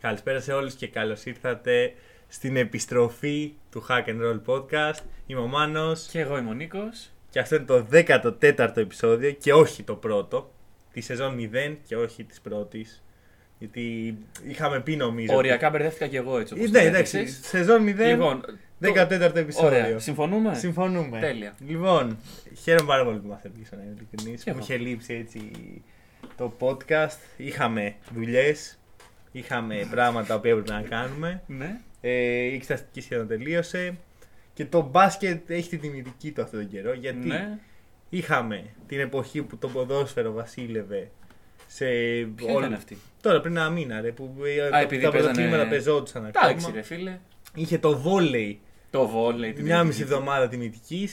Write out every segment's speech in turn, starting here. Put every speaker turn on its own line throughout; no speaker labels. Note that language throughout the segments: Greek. Καλησπέρα σε όλους και καλώς ήρθατε στην επιστροφή του Hack and Roll Podcast. Είμαι ο Μάνος
Και εγώ είμαι ο Νίκος.
και αυτό είναι το 14ο επεισόδιο και όχι το πρώτο. Τη σεζόν 0 και όχι της πρώτης. Γιατί είχαμε πει νομίζω.
Οριακά μπερδεύτηκα και εγώ έτσι
Ε,
όπως
Ναι,
το
εντάξει.
έθεσες.
Σεζόν 0,
Λοιπόν, το-
14ο επεισόδιο.
Ωραία. Συμφωνούμε.
Συμφωνούμε.
Τέλεια.
Λοιπόν, χαίρομαι πάρα πολύ που μας έπεισε να είμαι ειλικρινής.
Και
Μου
εγώ.
είχε λείψει έτσι το podcast. Είχαμε δουλειές, είχαμε πράγματα που έπρεπε να κάνουμε.
Ναι.
Ε, η εξεταστική σχεδόν τελείωσε. Και το μπάσκετ έχει την τιμητική του αυτόν τον καιρό. Γιατί
Ναι.
είχαμε την εποχή που το ποδόσφαιρο βασίλευε σε
Ποια
όλη-
ήταν αυτή.
Τώρα πριν ένα μήνα ρε, που ε,
Α, επειδή
τα
παίζανε-
πρωτοκλήματα πεζόντουσαν
Εντάξει,
ακόμα.
ρε φίλε.
Είχε το βόλεϊ
Το βόλεϊ. την
μια μισή
ελληνική.
εβδομάδα τιμητική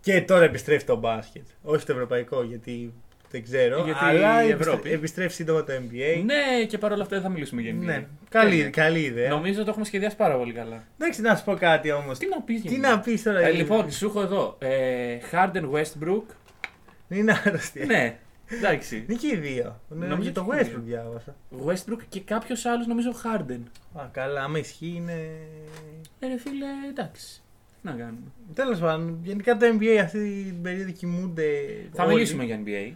και τώρα επιστρέφει το μπάσκετ. Όχι το ευρωπαϊκό γιατί δεν ξέρω.
Ε, Γιατί
αλλά
η
επιστρέ-
Ευρώπη.
επιστρέφει σύντομα το NBA.
Ναι, και παρόλα αυτά δεν θα μιλήσουμε γενικά.
Ναι. Καλή,
Τέλεια.
καλή ιδέα.
Νομίζω το έχουμε σχεδιάσει πάρα πολύ καλά.
Εντάξει, να σου πω κάτι όμως.
Τι να πεις γενικά.
Τι να πεις τώρα.
Ε,
είναι-
λοιπόν, σου έχω εδώ. Ε, Harden Westbrook.
Είναι άρρωστη.
ναι. Εντάξει.
Είναι και οι δύο. Ναι,
Νομίζω
και το
και οι
Westbrook
δύο.
διάβασα.
Westbrook και κάποιος άλλος νομίζω Harden.
Α, καλά, άμα ισχύει είναι.
Ε, ρε φίλε, εντάξει. Τι να κάνουμε.
Τέλος πάντων, γενικά το NBA αυτή την περίοδο κοιμούνται.
Θα
όλοι.
μιλήσουμε για NBA.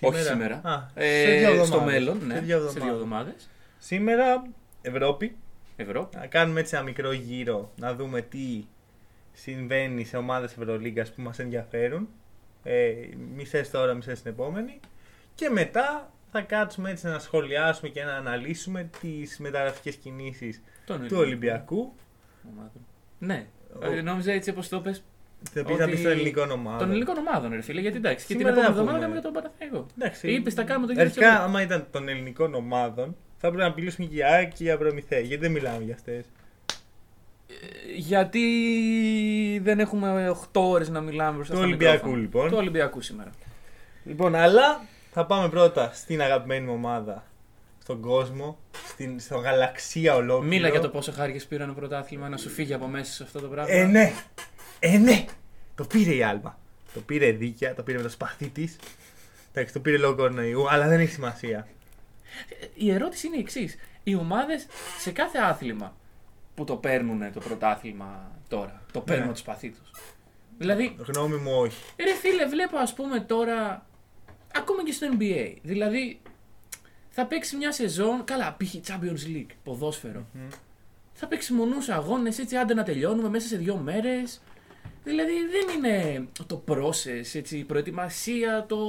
Όχι σήμερα.
Α,
Ε,
σε δύο εβδομάδες.
στο μέλλον, ναι.
Σε δύο εβδομάδες.
εβδομάδες.
Σήμερα Ευρώπη.
Ευρώ.
Να κάνουμε έτσι ένα μικρό γύρο, να δούμε τι συμβαίνει σε ομάδες Ευρωλίγκας που μας ενδιαφέρουν. Ε, μισές τώρα, μισές την επόμενη. Και μετά θα κάτσουμε έτσι να σχολιάσουμε και να αναλύσουμε τις μεταγραφικές κινήσεις
Τον
του Ολυμπιακού.
ομάδων. Ναι.
Ο-
Ε, Νόμιζα έτσι όπως το πες
Θα πει θα
Ότι-
πεις των ελληνικών ομάδων.
Των ελληνικών ομάδων, ρε φίλε. Γιατί εντάξει, και την
Σήμερα
επόμενη
δεν
εβδομάδα
ακούμε.
κάνουμε για τον Παναθηναϊκό.
Εντάξει.
Είπες, θα κάνουμε το γύρο της
Αρχικά,
Ευρώπης.
άμα ήταν των ελληνικών ομάδων, θα πρέπει να μιλήσουμε και για ΑΕΚ και για Προμηθέα. Γιατί δεν μιλάμε για αυτές.
Ε, Γιατί δεν έχουμε 8 ώρες να μιλάμε μπροστά
Του
στο
Ολυμπιακού,
μικρόφωνο.
λοιπόν.
Του Ολυμπιακού σήμερα.
Λοιπόν, αλλά θα πάμε πρώτα στην αγαπημένη μου ομάδα, στον κόσμο, στην, στον γαλαξία ολόκληρο.
Μίλα για το πόσο χάρηκες πήραν το πρωτάθλημα να σου φύγει από μέσα σε αυτό το πράγμα.
Ε, ναι! Ε, ναι! Το πήρε η Άλμα. Το πήρε δίκαια, το πήρε με το σπαθί της. Εντάξει, το πήρε λόγω κορονοϊού, αλλά δεν έχει σημασία.
Ε, Η ερώτηση είναι η εξής. Οι ομάδες σε κάθε άθλημα που το παίρνουν το πρωτάθλημα τώρα, το παίρνουν
Ναι.
το σπαθί τους. Δηλαδή,
Γνώμη μου, όχι.
Ε, Ρε φίλε, βλέπω ας πούμε τώρα, ακόμα και στο NBA, δηλαδή θα παίξει μια σεζόν, καλά π.χ. Champions League, ποδόσφαιρο. Θα παίξει μονούς αγώνες, έτσι άντε να τελειώνουμε μέσα σε δύο μέρες. Δηλαδή δεν είναι το process, έτσι, η προετοιμασία, το...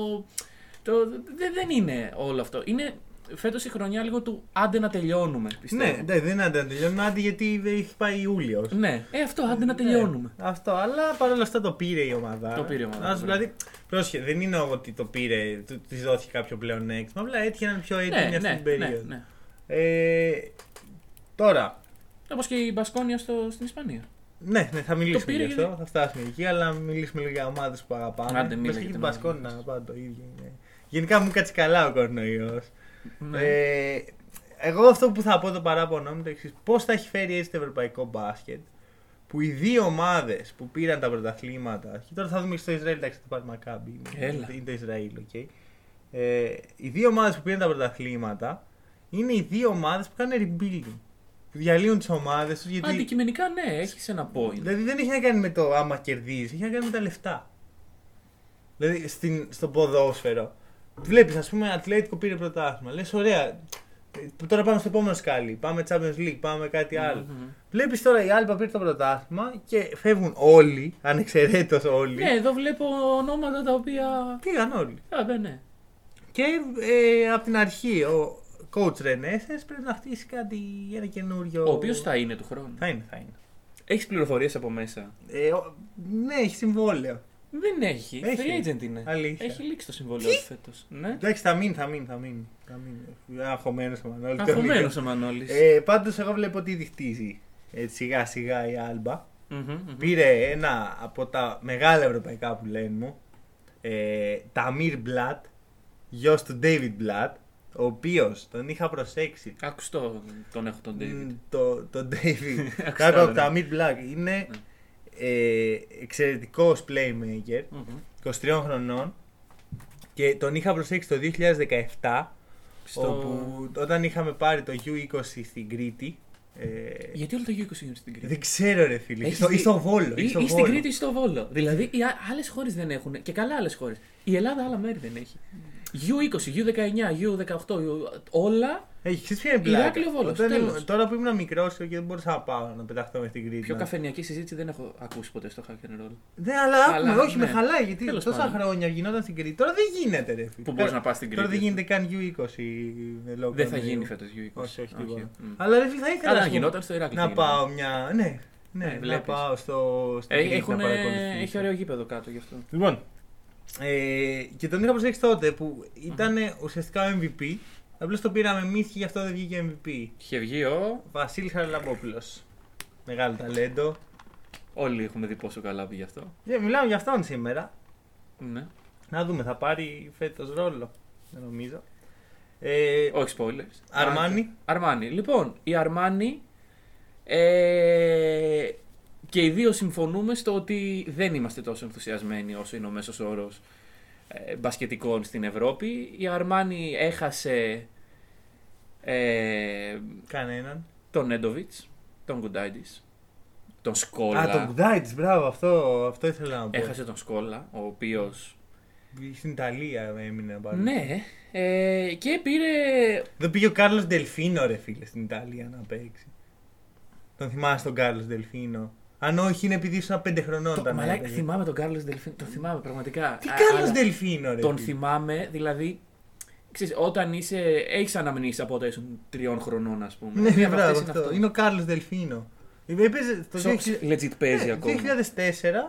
το δε- δεν είναι όλο αυτό. Είναι φέτος η χρονιά λίγο του άντε να τελειώνουμε, πιστεύω.
Ναι, εντάξει, δεν άντε να τελειώνουμε, άντε γιατί δεν έχει πάει Ιούλιος.
Ναι, ε, αυτό, άντε να τελειώνουμε.
Αυτό, αλλά παρόλα αυτά το πήρε η ομάδα.
Το πήρε η ομάδα,
Ας,
ναι.
δηλαδή, πρόσχε, δεν είναι ότι το πήρε, του της δόθηκε κάποιο πλεονέκτημα, απλά έτυχε να είναι πιο έτοιμη
Ναι,
αυτή
ναι,
την
ναι,
περίοδο.
ναι.
Ε, τώρα,
Όπως και η Μπασκόνια στο, στην Ισπανία.
ναι, ναι, θα μιλήσουμε
πήρε
γι' αυτό,
γιατί-
θα φτάσουμε εκεί, αλλά μιλήσουμε λίγο για ομάδες που αγαπάμε.
Άντε, μίλα
Μέσα
για
και την
την
Πασκόνα,
ομάδα.
πάντα το ίδιο είναι. Γενικά μου κάτσε καλά ο κορονοϊός.
Ναι.
Ε, εγώ αυτό που θα πω το παράπονο μου είναι το εξής. Πώς θα έχει φέρει έτσι το ευρωπαϊκό μπάσκετ που οι δύο ομάδες που πήραν τα πρωταθλήματα. Και τώρα θα δούμε και στο Ισραήλ, εντάξει, θα πάρει Μακάμπι.
Έλα.
Είναι το Ισραήλ, οκ. Ε, οι δύο ομάδες που πήραν τα πρωταθλήματα είναι οι δύο ομάδες που κάνουν rebuilding. Που διαλύουν τις ομάδες τους γιατί.
Αντικειμενικά ναι, έχεις ένα point.
Δηλαδή δεν έχει να κάνει με το άμα κερδίζεις, έχει να κάνει με τα λεφτά. Δηλαδή στην, στο ποδόσφαιρο. Βλέπεις, ας πούμε, Ατλέτικο πήρε πρωτάθλημα. Λες, ωραία. ε, Τώρα πάμε στο επόμενο σκάλι. Πάμε Champions League, πάμε κάτι άλλο.
Μμμ.
Βλέπεις τώρα η Άλμπα πήρε το πρωτάθλημα και φεύγουν όλοι, ανεξαιρέτως όλοι.
Ναι, εδώ βλέπω ονόματα τα οποία.
Πήγαν όλοι.
Α, ναι, ναι.
Και ε, από την αρχή ο coach Ρενέσε πρέπει να χτίσει κάτι, ένα καινούριο.
Ο οποίος θα είναι του χρόνου.
Θα είναι, θα είναι.
Έχεις πληροφορίες από μέσα.
Ε, ο- ναι, έχει συμβόλαιο.
Δεν έχει.
Έχει.
Free agent είναι.
Αλήθεια.
Έχει λήξει το συμβόλαιο του φέτος. Ναι.
Εντάξει, θα μείνει, θα μείνει, θα μείνει. Θα μείνει. Αγχωμένος ο Μανώλης.
Αγχωμένο ο Μανώλης.
Ε, πάντως εγώ βλέπω ότι ήδη χτίζει ε, σιγά σιγά η Άλμπα. Πήρε ένα από τα μεγάλα ευρωπαϊκά που λένε μου, ε, Ταμίρ Μπλατ, γιος του David Μπλατ, ο οποίος τον είχα προσέξει.
Άκουσε το, τον έχω τον David.
Μ, Το, το David.
Άκουσα
Κάτω από
τον,
τα
ναι.
Mid Black. Είναι ε, εξαιρετικός playmaker.
Μμμ.
23 χρονών και τον είχα προσέξει το 2017
Στο...
Όπου όταν είχαμε πάρει το U20 στην Κρήτη. ε,
Γιατί όλο το U20 είναι στην Κρήτη.
δεν ξέρω, ρε φίλε.
Έχεις
Ή στο, ή
δει-
στο Βόλο.
Ή,
ή στο
ή στην
Βόλο.
Κρήτη ή στο Βόλο. Δηλαδή οι άλλες χώρες δεν έχουν. Και καλά άλλες χώρες. Η Ελλάδα άλλα μέρη δεν έχει. U20, U19, U18, U- όλα.
Έχει, ξέρεις ποια είναι η πλάκα.
Ηράκλειο Βόλος,
Όταν
τέλος.
ήμουν- Τώρα που ήμουν μικρός και δεν μπορούσα να πάω να πεταχτώ με στην Κρήτη.
Πιο
να-
καφενιακή συζήτηση δεν έχω ακούσει ποτέ στο Hack and Roll.
Ναι, αλλά
Καλά,
άκουμε, όχι
ναι.
με χαλάει γιατί
Τέλος
τόσα
πάντων.
χρόνια γινόταν στην Κρήτη. Τώρα δεν γίνεται, ρε φίλε.
Που μπορείς να πας στην Κρήτη.
Τώρα δεν γίνεται καν U20 με λόγω.
Δεν θα
κορονοϊού.
γίνει φέτο U20.
Όχι, όχι, τίποτα.
Μμ.
Αλλά ρε φίλε, θα ήθελα
Αλλά
ας
αν
πούμε,
γινόταν στο Ηράκλειο.
να
θα γινόταν.
πάω μια. Ναι,
Ναι,
ναι, να
βλέπεις.
πάω στο. στην
Ε,
Κρήτη να
έχουν,
παρακολουθήσω.
έχει ωραίο γήπεδο κάτω γι' αυτό.
Λοιπόν, ε, και τον είχα προσέξει τότε που ήταν ουσιαστικά MVP. Απλώς το πήραμε εμείς και γι' αυτό δεν βγήκε MVP.
Είχε βγει ο.
Βασίλης Χαραλαμπόπουλος. Μεγάλο ταλέντο.
Όλοι έχουμε δει πόσο καλά πήγε αυτό.
Ε, μιλάμε για αυτόν σήμερα.
Ναι.
Να δούμε, θα πάρει φέτος ρόλο. Δεν νομίζω. Ε,
Όχι spoilers.
Αρμάνι.
Αρμάνι. Λοιπόν, η Αρμάνι. Ε, και οι δύο συμφωνούμε στο ότι δεν είμαστε τόσο ενθουσιασμένοι όσο είναι ο μέσος όρος ε, μπασκετικών στην Ευρώπη. Η Αρμάνι έχασε ε,
Κανέναν.
τον Νέντοβιτς, τον Γκουντάιντις, τον Σκόλα.
Α, τον Κουντάιτ, μπράβο, αυτό, αυτό ήθελα να πω.
Έχασε τον Σκόλα, ο οποίος...
Στην Ιταλία έμεινε πάλι.
Ναι, ε, και πήρε...
Δεν πήγε ο Κάρλος Ντελφίνο, ρε φίλε, στην Ιταλία να παίξει. Τον θυμάσαι τον Κάρλος Ντελφίνο. Αν όχι, είναι επειδή ήσουν πέντε χρονών.
Το,
όταν
μαλάκα,
έπαιζε.
θυμάμαι τον Κάρλος Δελφίν, τον θυμάμαι πραγματικά.
Τι
Α,
Κάρλος
αλλά
Ντελφίνο, ρε.
Τον
φίλε.
θυμάμαι, δηλαδή, ξέρεις, όταν είσαι, έχεις αναμνήσεις από όταν ήσουν τριών χρονών, ας πούμε.
Ναι,
Μία
ναι,
από
μπράβο,
αυτές
αυτό. Είναι ο Κάρλος Ντελφίνο. Έπαιζε το
Στο-
2000
Legit παίζει
ναι,
ακόμα.
2004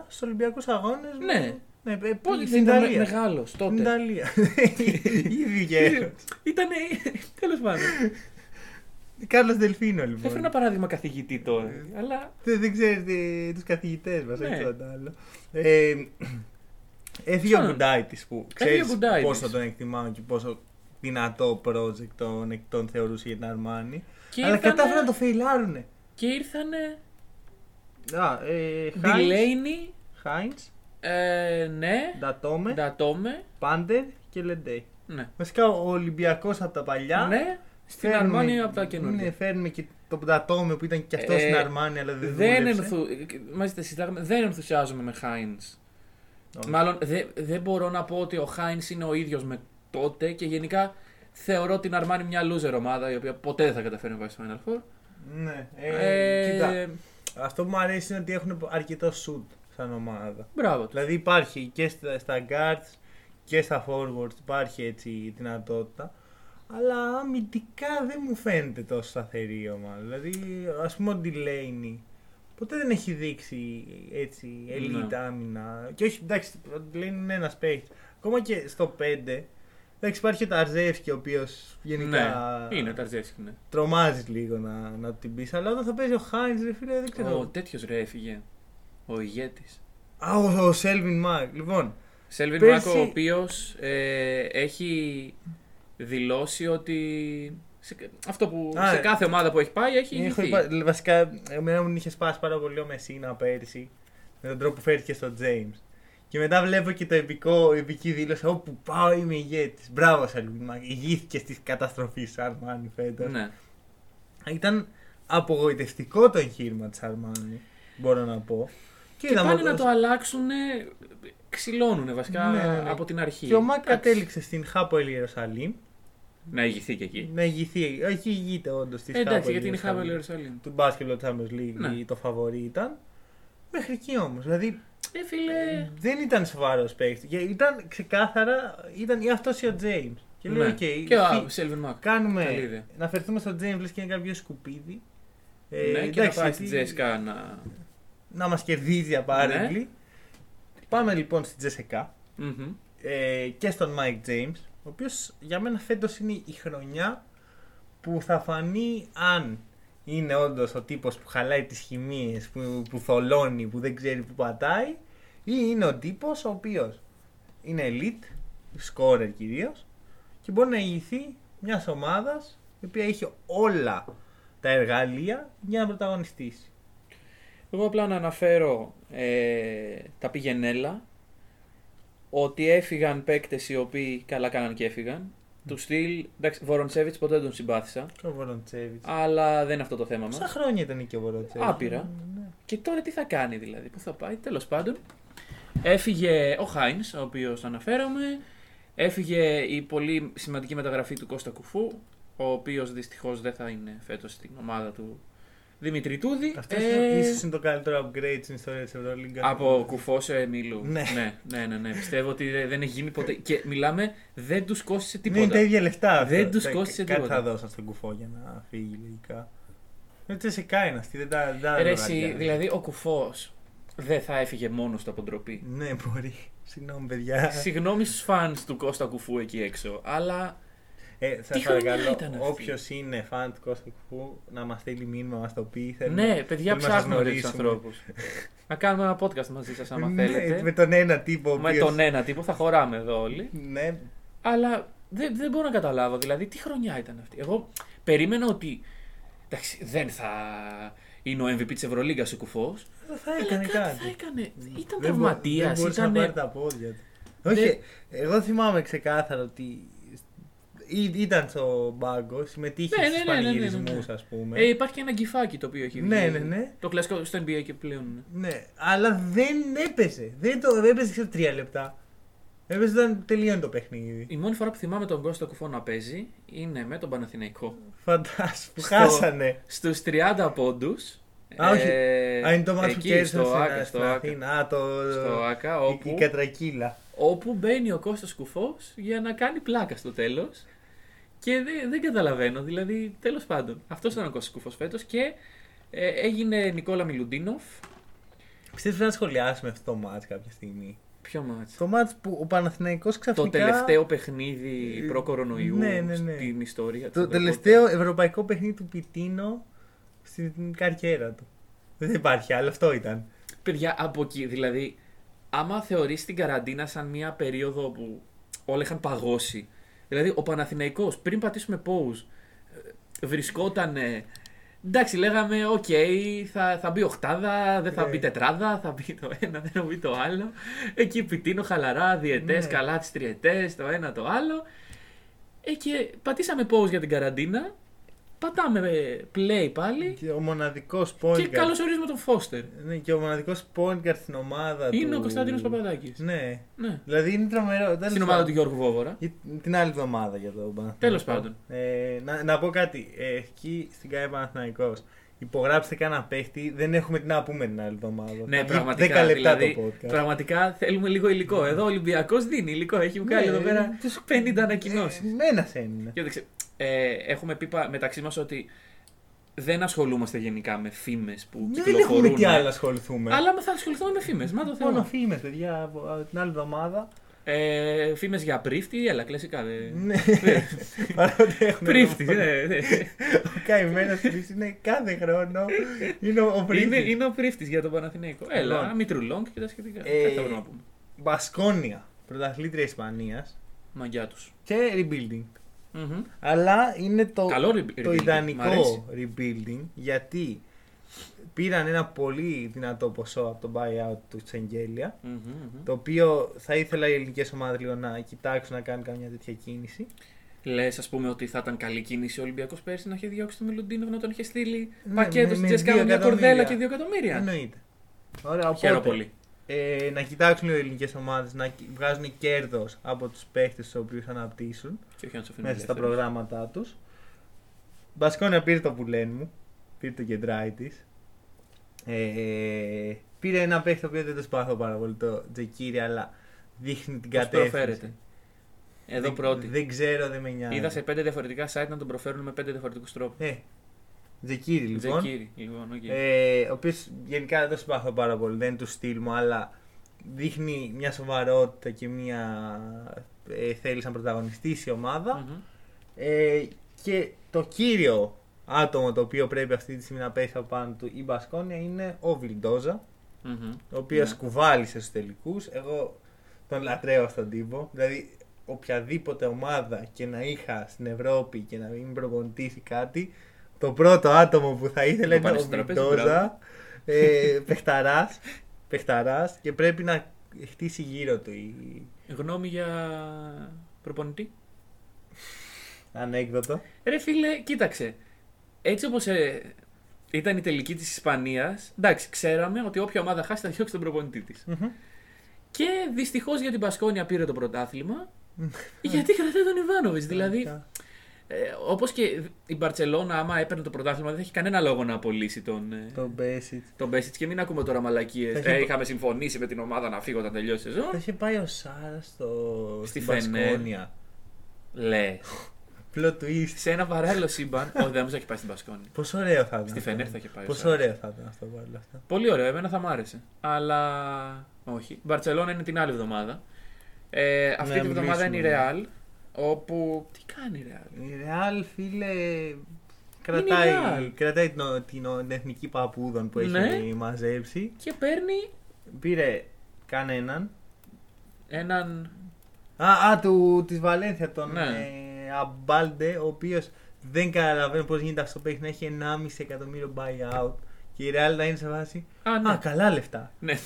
στους Ολυμπιακούς Αγώνες.
Ναι.
ναι ε,
Πότε
πήγε
δεν
στην
ήταν
Ιταλία.
με- μεγάλος
Στην
τότε.
Ιταλία. Ήδη γέρος.
Ήτανε, τέλος πάντων.
Ναι. Κάρλος Δελφίνο
Θα φέρω
λοιπόν.
ένα παράδειγμα καθηγητή τώρα, αλλά
Δεν, δεν ξέρεις τους καθηγητές μας,
Ναι.
όχι τίποτα άλλο. Ε, έφυγε ο
Σαν-
Γκουντάιτης που
Έφυγε
ξέρει
ο Γκουντάιτης.
πόσο τον εκτιμάω και πόσο δυνατό project τον, τον θεωρούσε για την Αρμάνη.
και
Αλλά
ήρθανε-
κατάφεραν να το φεϊλάρουνε.
Και ήρθανε
Α, ε,
Delaney,
Χάιντ,
ε, ναι,
Ντατόμε,
Ντατόμε,
Πάντερ και Λεντέι.
ναι.
Βασικά ο Ολυμπιακός από τα παλιά.
Ναι, στην
φέρνουμε-
Αρμάνια από τα καινούργια.
Ε, Ναι, φέρνουμε και τον Ντατόμε που ήταν και αυτό
Ε,
στην Αρμάνη, αλλά δεν, ε.
Δεν,
δούλεψε.
ενθου... μάλιστα, συζητάγαμε- δεν ενθουσιάζομαι με Χάιν.
Όχι.
Μάλλον δεν δεν μπορώ να πω ότι ο Χάιν είναι ο ίδιος με τότε και γενικά θεωρώ την Αρμάνι μια loser ομάδα η οποία ποτέ δεν θα καταφέρει να πάει στο Final Four.
Ναι,
Ε,
ε, κοίτα. Αυτό που μου αρέσει είναι ότι έχουν αρκετό σουτ σαν ομάδα.
Μπράβο τους.
Δηλαδή υπάρχει και στα, στα guards και στα forwards υπάρχει έτσι η δυνατότητα. Αλλά αμυντικά δεν μου φαίνεται τόσο σταθερή η ομάδα. Δηλαδή ας πούμε ο Delaney ποτέ δεν έχει δείξει έτσι elite
Ναι.
άμυνα. Και όχι εντάξει ο Delaney είναι ένας παίκτης. Ακόμα και στο 5 εντάξει υπάρχει ο Ταρζεύσκι ο οποίος γενικά
Ναι, είναι Ταρζέσκι, ναι.
τρομάζει λίγο να, να την πεις. Αλλά όταν θα παίζει ο Χάιντ, ρε φίλε, δεν ξέρω.
Ο τέτοιος ρε έφυγε. Ο ηγέτης.
Α, ο, ο Σέλβιν Μάρκ. Λοιπόν,
Σέλβιν
Πέρσι-
Μάκο, ο οποίο έχει δηλώσει ότι. σε- αυτό που
Α,
σε
ε.
κάθε ομάδα που έχει πάει έχει
έχω
ηγηθεί.
υπα- βασικά, εμένα μου είχε σπάσει πάρα πολύ ο Μεσίνα πέρσι με τον τρόπο που φέρθηκε στο Τζέιμ. Και μετά βλέπω και το επικό, η επική δήλωση. Όπου πάω είμαι ηγέτης. Μπράβο, Σέλβιν Μάρκ. Ηγήθηκε της καταστροφής Σαρμάνι φέτος.
Ναι.
Ήταν απογοητευτικό το εγχείρημα τη Αρμάνι, μπορώ να πω.
Και
είδαμε
πάνε
ο-
να το αλλάξουν, ξυλώνουν βασικά
Ναι, ναι, ναι.
από την αρχή.
Και ο Μάρκ
Εντάξει.
κατέληξε στην Χάποελ Ιερουσαλήμ.
Να ηγηθεί και εκεί.
Να ηγηθεί. Όχι, ηγείται όντως της
Ε, Εντάξει, γιατί είναι η Χάβελ Ιερουσαλήμ.
Του Basketball Champions League
Ναι.
το φαβορή ήταν. Μέχρι εκεί όμως. Δηλαδή
Ε, φίλε.
δεν ήταν σοβαρός παίκτης. Και Ήταν ξεκάθαρα ήταν ή αυτός ή ο James. Και λέω,
ναι.
οκ,
και
φι-
ο Σέλβιν Μάκ. Καλή
κάνουμε.
ιδέα.
Να φερθούμε στο James, λες και είναι κάποιος σκουπίδι. Ε,
ναι, και να
εντάξει,
πάει στην Ναι.
γιατί-
Τζέσκα να.
Να μας κερδίζει απάρεγγλι. Πάμε λοιπόν στην Τζέσικα
Μμμ.
ε, και στον Mike James, ο οποίος για μένα φέτος είναι η χρονιά που θα φανεί αν είναι όντως ο τύπος που χαλάει τις χημίες, που, που θολώνει, που δεν ξέρει που πατάει ή είναι ο τύπος ο οποίος είναι elite, scorer κυρίως και μπορεί να ηγηθεί μιας ομάδας η οποία έχει όλα τα εργαλεία για να πρωταγωνιστήσει.
Εγώ απλά να αναφέρω ε, τα πηγενέλα ότι έφυγαν παίκτες οι οποίοι καλά κάναν και έφυγαν. Του στυλ. Εντάξει, Βοροντσέβιτ ποτέ δεν τον συμπάθησα.
Και ο Βοροντσέβιτ.
Αλλά δεν είναι αυτό το θέμα
Πόσα
μα.
χρόνια ήταν και ο Βοροντσέβιτ.
Άπειρα.
Ναι.
Και τώρα τι θα κάνει δηλαδή, πού θα πάει, τέλος πάντων. Έφυγε ο Χάιν, ο οποίος αναφέραμε. Έφυγε η πολύ σημαντική μεταγραφή του Κώστα Κουφού, ο οποίος δυστυχώς δεν θα είναι φέτος στην ομάδα του Δημητριτούδη.
Αυτό
Ε,
ίσως είναι το καλύτερο upgrade στην ιστορία της Ευρωλίγκα.
από κουφό σε μιλού.
Ναι.
ναι, ναι, ναι, ναι. Πιστεύω ότι δεν δεν έχει γίνει ποτέ. Και μιλάμε, δεν τους κόστησε
Ναι, είναι τα
τίποτα.
ίδια λεφτά. αυτά.
Δεν τους
Τα-
κόστισε
Κάτι
τίποτα.
θα δώσαν στον κουφό για να φύγει λογικά. Δεν σε κάνει αυτή, δεν τα. δεν τα
Ρε, εσύ,
λογαριάζει.
δηλαδή ο κουφός δεν θα έφυγε μόνος του από ντροπή.
Ναι, μπορεί. Συγγνώμη, παιδιά.
Συγγνώμη στους φαν του Κώστα Κουφού εκεί έξω, αλλά
Ε, σα
Τι χρονιά
παρακαλώ,
ήταν αυτή?
όποιος είναι φαν του Κώστα Κουφού, να μας στείλει μήνυμα, μας το πει. θέλουμε-
ναι, παιδιά,
θέλουμε να σας
ψάχνουμε του
γνωρίσουμε.
ανθρώπους. να κάνουμε ένα podcast μαζί σας, άμα
Ναι, Με
θέλετε.
τον ένα τύπο. ο
Με
οποίος-
τον ένα τύπο, θα χωράμε εδώ όλοι.
Ναι,
Αλλά δεν, δεν μπορώ να καταλάβω, δηλαδή, τι χρονιά ήταν αυτή. Εγώ περίμενα ότι. Εντάξει, δεν θα είναι ο MVP της Ευρωλίγκας ο κουφός.
δεν θα
Αλλά
έκανε
κάτι
κάτι.
θα έκανε. Ήταν Ε, Ναι.
Δεν μπο-
τραυματία,
Δεν μπορούσε
ήταν.
να πάρει τα πόδια του.
Δεν-
Όχι, εγώ θυμάμαι ξεκάθαρα ότι ή- ήταν στο μπάγκο, συμμετείχε
Ναι, ναι,
στους
ναι, ναι, ναι, ναι, ναι.
πανηγυρισμούς ας πούμε.
Ε, υπάρχει και ένα γκυφάκι το οποίο έχει βγει.
Ναι, ναι, ναι.
Το κλασικό στο NBA και πλέον. ναι.
Ναι, αλλά δεν έπαιζε. Δεν το δεν έπαιζε ξέρω, τρία λεπτά. Έπαιζε όταν τελειώνει το παιχνίδι.
Η μόνη φορά που θυμάμαι τον Κώστα Κουφό να παίζει είναι με τον Παναθηναϊκό.
Φαντάσου που
Στο-
χάσανε.
Στους 30 πόντους.
Α, όχι. Α, είναι το μάτι που
Ε, εκεί,
κέρδισε
στο
στην-
ΑΚΑ,
στην
στο ΑΚΑ,
Αθήνα. Α, το.
στο ΑΚΑ,
η- Η
όπου,
κατρακύλα.
όπου μπαίνει ο Κώστας Κουφός για να κάνει πλάκα στο τέλος και δεν, δεν καταλαβαίνω, δηλαδή τέλος πάντων. Αυτός ήταν ο Κώστας Κουφός φέτος και ε, έγινε Νικόλα Μιλουντίνοφ.
Πιστεύω να σχολιάσουμε αυτό το μάτς κάποια στιγμή.
Ποιο μάτς.
Το μάτς που ο Παναθηναϊκός
Το
ξαφνικά.
τελευταίο παιχνίδι προ-κορονοϊού
Ναι, ναι, ναι.
στην ιστορία. της
Το τελευταίο ευρωπαϊκό παιχνίδι του Πιτίνο στην καριέρα του. Δεν υπάρχει άλλο, αυτό ήταν.
Παιδιά, από εκεί, δηλαδή, άμα θεωρείς την καραντίνα σαν μια περίοδο που όλα είχαν παγώσει. Δηλαδή, ο Παναθηναϊκός, πριν πατήσουμε pause, ε, βρισκόταν. ε, Εντάξει, λέγαμε, οκ, θα, θα μπει οχτάδα, δεν θα
Ναι.
μπει τετράδα, θα μπει το ένα, δεν θα μπει το άλλο. Εκεί πιτίνω χαλαρά, διαιτές,
Ναι.
καλά τις τριετές, το ένα, το άλλο. Ε, και πατήσαμε pause για την καραντίνα, πατάμε ε, play πάλι
Και ο μοναδικός
και
point guard.
καλώς ορίζουμε τον Φώστερ.
Ναι, και ο μοναδικός point guard στην ομάδα του.
Είναι ο Κωνσταντίνος Παπαδάκης.
Ναι.
Ναι.
Δηλαδή είναι τρομερό. Τέλος
Στην
πάντων.
ομάδα του Γιώργου Βόβορα.
Για Την άλλη εβδομάδα για το Παναθηναϊκό.
Τέλος πάντων.
Ε, να, να πω κάτι. Ε, εκεί στην ΚΑΕ Παναθηναϊκός. Υπογράψτε κανένα παίχτη. Δεν έχουμε τι να πούμε την άλλη εβδομάδα. Θα
Ναι,
βγει
πραγματικά.
10 λεπτά
δηλαδή,
το podcast.
πραγματικά θέλουμε λίγο υλικό. Εδώ ο Ολυμπιακός δίνει υλικό. Έχει βγάλει
Ναι,
εδώ πέρα
τους-
50 ανακοινώσεις.
Ε, Ένας έμεινε.
Ε, έχουμε πει πα- μεταξύ μας ότι δεν ασχολούμαστε γενικά με φήμες που
Ναι, Δεν
κυκλοφορούν.
έχουμε τι άλλο να ασχοληθούμε.
Αλλά μα θα ασχοληθούμε με φήμες. Μα το
Μόνο
θέμα.
φήμες, παιδιά, από από την άλλη εβδομάδα.
Ε, φήμες για πρίφτη, έλα, κλασικά. δε-
Ναι,
δε-
παρότι έχουμε.
Πρίφτη, ναι, ναι.
Ο καημένος πρίφτης είναι κάθε χρόνο. Είναι ο
είναι,
πρίφτης.
είναι ο πρίφτης για τον Παναθηναϊκό. Έλα,
Λοιπόν.
Μητρουλόγκ και τα σχετικά.
Ε,
Δεν θα μπορούμε να πούμε.
Μπασκόνια, πρωταθλήτρια Ισπανίας
Μαγιά τους.
και rebuilding. Αλλά είναι το,
Καλό re-
το
rebuilding. Μ' αρέσει.
ιδανικό rebuilding γιατί πήραν ένα πολύ δυνατό ποσό από το buyout του Τσεγγέλια το οποίο θα ήθελα οι ελληνικές ομάδες λίγο να κοιτάξουν να κάνουν καμιά τέτοια κίνηση.
Λες, ας πούμε, ότι θα ήταν καλή κίνηση ο Ολυμπιακός πέρσι να είχε διώξει τον Μιλουντίνο να τον είχε στείλει
Ναι,
πακέτο
με-
στην
με
Τσεσκά
δύο
με μια κορδέλα
εκατομμύρια.
και δύο εκατομμύρια.
Εννοείται. Ωραία, οπότε,
Χαίρομαι πολύ.
ε, να κοιτάξουν οι ελληνικές ομάδες να κι- βγάζουν κέρδος από τους παίχτες τους οποίους αναπτύσσουν
Και όχι να τους αφήνουμε
μέσα στα
ελεύθερους.
προγράμματά τους. Μπασκόνια πήρε το πουλέν μου, πήρε το κεντράι της. Ε, πήρε ένα παίχτη το οποίο δεν το σπάθω πάρα πολύ, το Τζεκίρι, αλλά δείχνει την
Πώς
κατεύθυνση.
προφέρεται. Εδώ
Δεν-
πρώτη.
Δεν ξέρω, δεν με νοιάζει.
Είδα σε πέντε διαφορετικά site να τον προφέρουν με πέντε διαφορετικούς τρόπους.
Ε, Τζεκίρι λοιπόν.
Τζεκίρι, λοιπόν, οκ.
Ε, ο οποίος γενικά δεν το συμπαθώ πάρα πολύ, δεν είναι του στυλ μου, αλλά δείχνει μια σοβαρότητα και μια ε, θέληση να πρωταγωνιστήσει η ομάδα.
Μμμ.
Ε, και το κύριο άτομο το οποίο πρέπει αυτή τη στιγμή να πέσει από πάνω του η Μπασκόνια είναι ο Βιλντόζα,
Μμμ.
ο οποίος
Ναι.
κουβάλισε στους τελικούς. Εγώ τον λατρεύω στον τύπο. Δηλαδή, οποιαδήποτε ομάδα και να είχα στην Ευρώπη και να μην προπονητής ή κάτι, το πρώτο άτομο που θα ήθελα
Το
ήταν
πάνε
ο
στο τραπέζι,
Βιντόζα, ε, παιχταράς, παιχταράς και πρέπει να χτίσει γύρω του η...
Γνώμη για προπονητή.
Ανέκδοτο.
Ρε φίλε, κοίταξε. Έτσι όπως ήταν η τελική της Ισπανίας, εντάξει, ξέραμε ότι όποια ομάδα χάσει θα διώξει τον προπονητή της.
Μμμ.
Και δυστυχώς για την Πασκόνια πήρε το
Ναι.
πρωτάθλημα. γιατί κρατάει τον Ιβάνοβιτ. δηλαδή,
Πραγματικά.
ε, όπως και η Μπαρσελόνα, άμα έπαιρνε το πρωτάθλημα, δεν θα έχει κανένα λόγο να απολύσει τον. ε,
Το Μπέσιτ.
τον Μπέσιτ και μην ακούμε τώρα μαλακίες.
Θα είχε-
Ε, είχαμε συμφωνήσει με την ομάδα να φύγω όταν τελειώσει η σεζόν.
Θα είχε πάει ο Σάρα στο... στην
Στη Φενέρ.
Πασκόνια.
Λε.
Plot twist. σε-
Σε ένα παράλληλο σύμπαν. Όχι, δεν μου θα έχει πάει στην Πασκόνη.
Πόσο ωραίο θα ήταν.
Στη
αυτό.
Φενέρ θα είχε πάει ο
Πόσο
Σάρας.
ωραίο θα ήταν αυτό παρόλα αυτά.
Πολύ ωραίο, εμένα θα μ' άρεσε. Αλλά όχι. Μπαρσελόνα είναι την άλλη εβδομάδα. Ε, αυτή
Ναι,
την εβδομάδα είναι η
μιλήσουμε.
Ρεάλ. Όπου. Τι κάνει η Ρεάλ.
Η Ε, Ρεάλ, φίλε, κρατάει,
Real.
κρατάει την, ο- την, ο- την εθνική παππούδων που έχει
Ναι.
μαζέψει.
Και παίρνει
Πήρε κανέναν.
έναν.
Α, α του, της Βαλένθια, τον
Ναι.
ε, Αμπάλντε, ο οποίος δεν καταλαβαίνει πώς γίνεται αυτό που έχει να έχει 1,5 εκατομμύριο buyout και η Real να είναι σε βάση
Α, ναι.
Α, καλά λεφτά.
ναι.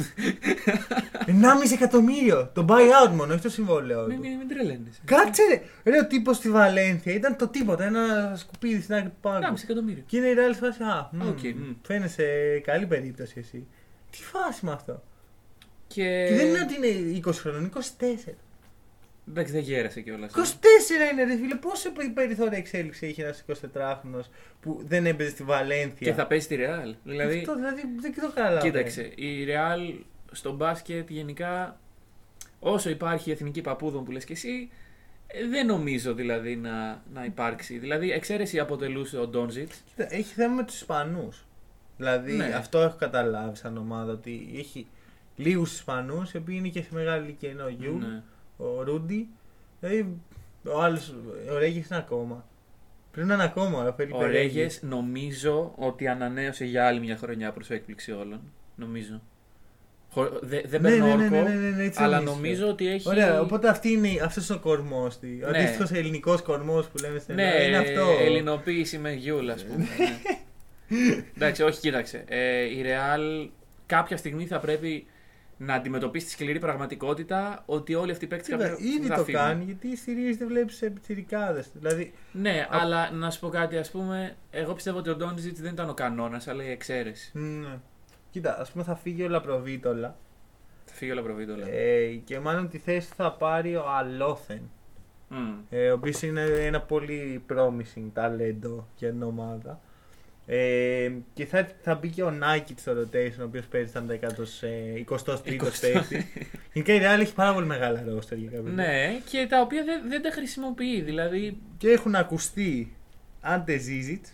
1,5 εκατομμύριο! Το buyout μόνο, όχι το συμβόλαιο.
μην,
του.
μην, μην τρελαίνεσαι.
Κάτσε ρε! Ρε, ο τύπος στη Βαλένθια ήταν το τίποτα, ένα σκουπίδι στην άκρη του πάγκου.
1,5 εκατομμύριο.
Και είναι η Real σε φάση, α, μμ,
Οκ, μμ.
φαίνεσαι καλή περίπτωση εσύ. Τι φάση με αυτό.
Και...
Και δεν είναι ότι είναι 20 χρονών, 24.
Εντάξει, δεν γέρασε κιόλα.
24 είναι ρε φίλε, πόσο πε- περιθώρια εξέλιξη είχε ένας 24χρονος που δεν έπαιζε στη Βαλένθια.
Και θα παίζει τη Ρεάλ. Δηλαδή.
Αυτό δηλαδή δεν το καλά.
Κοίταξε, η Ρεάλ στο μπάσκετ γενικά, όσο υπάρχει εθνική παππούδων που λες και εσύ, ε, δεν νομίζω δηλαδή να, να υπάρξει. Δηλαδή, εξαίρεση αποτελούσε ο Ντόνζιτ.
Κοίτα, έχει θέμα με τους Ισπανούς. Δηλαδή
Ναι.
αυτό έχω καταλάβει σαν ομάδα ότι έχει λίγους Ισπανούς οι οποίοι είναι και σε μεγάλη ηλικία ενώ ο Γιού,
Ναι.
ο Ρούντι. Δηλαδή ο άλλος, ο Ρέγε είναι ακόμα. Πρέπει να είναι ακόμα ο Φελίπε
Ο Ρέγε
Ρέγες.
νομίζω ότι ανανέωσε για άλλη μια χρονιά προς έκπληξη όλων. Νομίζω. Χω- δε- δεν
Ναι,
παίρνω
ναι,
όρκο,
ναι, ναι, ναι, ναι, έτσι
αλλά
νομίζω.
νομίζω ότι έχει.
Ωραία, οπότε αυτή είναι, αυτός είναι ο κορμός της. Ο
Ναι.
αντίστοιχος ελληνικός κορμός που λέμε στην
Ναι,
Ελλάδα είναι αυτό.
ελληνοποίηση με γιούλα, ας πούμε. ναι. Εντάξει, όχι, κοίταξε. Ε, η Ρεάλ κάποια στιγμή θα πρέπει να αντιμετωπίσει τη σκληρή πραγματικότητα ότι όλοι αυτοί οι παίκτες
Κοίτα,
κάποια
ήδη
θα
το
φύγουν.
κάνει γιατί στηρίζεται, βλέπεις σε πιτσιρικάδες. Δηλαδή,
Ναι, αλλά να σου πω κάτι, ας πούμε, εγώ πιστεύω ότι ο Ντόνιζιτ δεν ήταν ο κανόνας, αλλά η εξαίρεση.
ναι. κοίτα, ας πούμε θα φύγει ο Λαπροβίτολα
Θα φύγει όλα προβίτολα.
ε, και μάλλον τη θέση του θα πάρει ο Αλόθεν.
Μμμ.
ε, ο οποίος είναι ένα πολύ promising ταλέντο για την ομάδα. Ε, και θα, θα μπει και ο Νάκη στο rotation, ο οποίος παίζει σαν 23ο παίκτη. Γενικά η Real έχει πάρα πολύ μεγάλα ρόστερ για κάποιον.
Ναι, και τα οποία δεν, δεν τα χρησιμοποιεί, δηλαδή.
Και έχουν ακουστεί Άντε Ζίζιτ.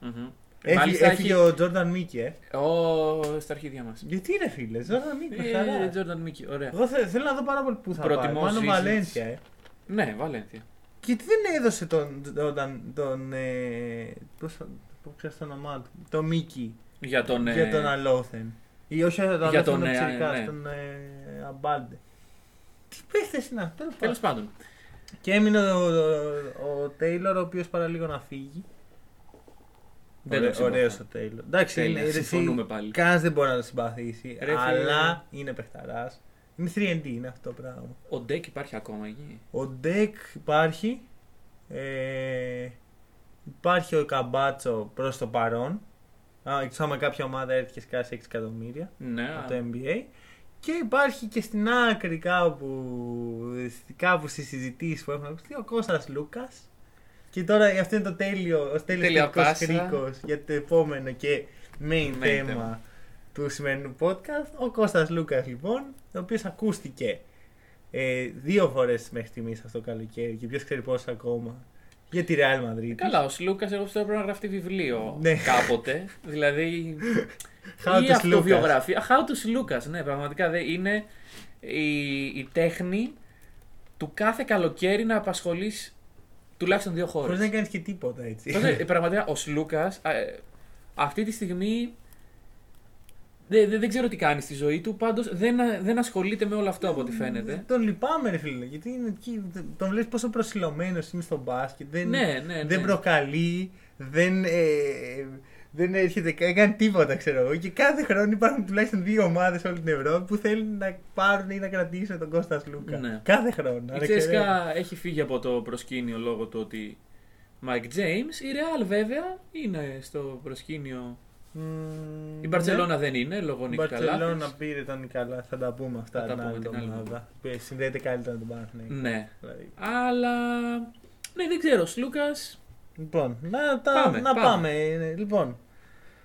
μμμ.
Έφυγε,
Μάλιστα,
έφυγε
έχει-
ο Τζόρνταν Μίκη, ε.
Ο... Στα αρχίδια μας.
Γιατί ρε φίλε, Τζόρνταν Μίκη, με χαρά.
Ε, Τζόρνταν Μίκη, ωραία.
Εγώ θε- θέλω να δω πάρα πολύ πού θα πάει.
Προτιμώ
Πάνω
Zizits.
Βαλένθια, ε.
Ναι, Βαλένθια.
Και τι δεν έδωσε τον. τον, τον ε, πώς, πώς ξέρω το όνομά του. Το Μίκη.
Για τον. ε,
Για τον Αλόθεν. Ή όχι, για τον Αλόθεν,
για τον,
τον,
ε,
Ψιλικά,
ναι.
τον ε, Αμπάλντε. Τι παίχτες είναι αυτό,
Τέλος πάντων.
Και έμεινε ο, ο, ο Τέιλορ, ο οποίος παραλίγο να φύγει.
Δεν
Ωραί-
το συμπαθώ.
ωραίος ο Τέιλορ. Εντάξει,
Τέλεια,
είναι, ρε,
συμφωνούμε πάλι.
Κανένας δεν μπορεί να το συμπαθήσει,
Ρε, φίλε.
αλλά είναι παιχταράς. Είναι 3D, είναι αυτό το πράγμα.
Ο Ντέκ υπάρχει ακόμα εκεί.
Ο Ντέκ υπάρχει. Ε, υπάρχει ο Καμπάτσο προς το παρόν. Α, εκτός άμα κάποια ομάδα έρθει και σκάσει 6 εκατομμύρια
Ναι,
από το NBA. Και υπάρχει και στην άκρη κάπου, κάπου στις συζητήσεις που έχουν ακουστεί ο Κώστας Λούκας. Και τώρα αυτό είναι το τέλειο, ο
Τέλεια
τέλειος
πάσα.
κρίκος για το επόμενο και main,
Main
θέμα,
θέμα.
του σημερινού podcast. Ο Κώστας Λούκας λοιπόν, ο οποίος ακούστηκε ε, δύο φορές μέχρι στιγμής αυτό το καλοκαίρι και ποιος ξέρει πόσο ακόμα για τη Real Madrid.
Ε, Καλά, ο Σλούκας, εγώ πιστεύω πρέπει να γραφτεί βιβλίο
Ναι.
κάποτε. δηλαδή.
How
ή
to
αυτοβιογραφία. How to Λούκα, ναι, πραγματικά δεν είναι η, η τέχνη του κάθε καλοκαίρι να απασχολείς τουλάχιστον δύο χώρες.
Χωρίς να κάνεις και τίποτα έτσι.
Τότε, ε, πραγματικά ο Σλούκας αυτή τη στιγμή δεν, δεν, δεν ξέρω τι κάνεις στη ζωή του. Πάντως δεν, α- δεν ασχολείται με όλο αυτό από
Ε,
ό,τι φαίνεται.
Τον λυπάμαι, ρε φίλε. Γιατί είναι εκεί, τον βλέπει πόσο προσιλωμένος είναι στο μπάσκετ. Δεν,
Ναι, ναι, ναι.
δεν προκαλεί, δεν, ε, δεν έρχεται καν κάνει τίποτα, ξέρω εγώ. Και κάθε χρόνο υπάρχουν τουλάχιστον δύο ομάδες όλη την Ευρώπη που θέλουν να πάρουν ή να κρατήσουν τον Κώστας Λούκα.
Ναι.
Κάθε χρόνο.
Η Τσέσκα έχει φύγει από το προσκήνιο λόγω του ότι Mike James. Η Real βέβαια είναι στο προσκήνιο. Η Μπαρσελόνα δεν είναι λόγω
Ναι. Η
Νίκη
Μπαρσελόνα
Καλάθης.
πήρε τον Νικαλά, θα τα πούμε αυτά
Θα τα
την
πούμε
άλλη
την άλλη
εβδομάδα. Που Συνδέεται καλύτερα με τον Παναθηναϊκό.
Ναι.
Δηλαδή.
Αλλά. Ναι, δεν ξέρω. Σλούκα.
Λοιπόν, να, τα,
Πάμε,
να
πάμε.
πάμε. Ε, Λοιπόν,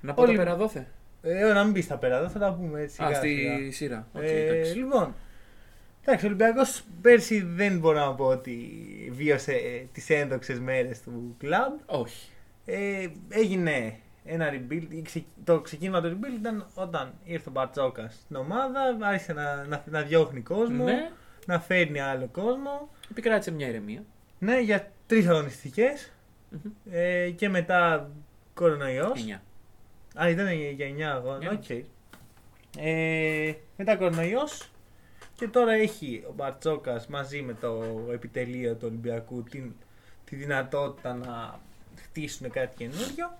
Να πω
Όλοι-
τα πέρα δόθε.
ε, να μην πεις τα πέρα, δεν θα τα πούμε έτσι.
Α,
σιγά σιγά.
στη σειρά. Οκ,
Ε,
εντάξει.
λοιπόν, εντάξει, ο Ολυμπιακός πέρσι δεν μπορώ να πω ότι βίωσε ε, τις ένδοξες μέρες του κλαμπ.
Όχι.
Ε, έγινε ένα rebuild. η ξε- Το ξεκίνημα του rebuild ήταν όταν ήρθε ο Μπαρτσόκα στην ομάδα, άρχισε να, να, να διώχνει κόσμο,
Ναι,
να φέρνει άλλο κόσμο.
επικράτησε μια ηρεμία.
Ναι, για τρεις αγωνιστικές
Μμμ.
ε, και μετά κορονοϊός.
Εννιά.
Α, ήταν για- για 9
Για
αγώνα. ναι, Οκ.
εννιά.
Ε, μετά κορονοϊός και τώρα έχει ο Μπαρτσόκας μαζί με το επιτελείο του Ολυμπιακού την, τη δυνατότητα να χτίσουν κάτι καινούριο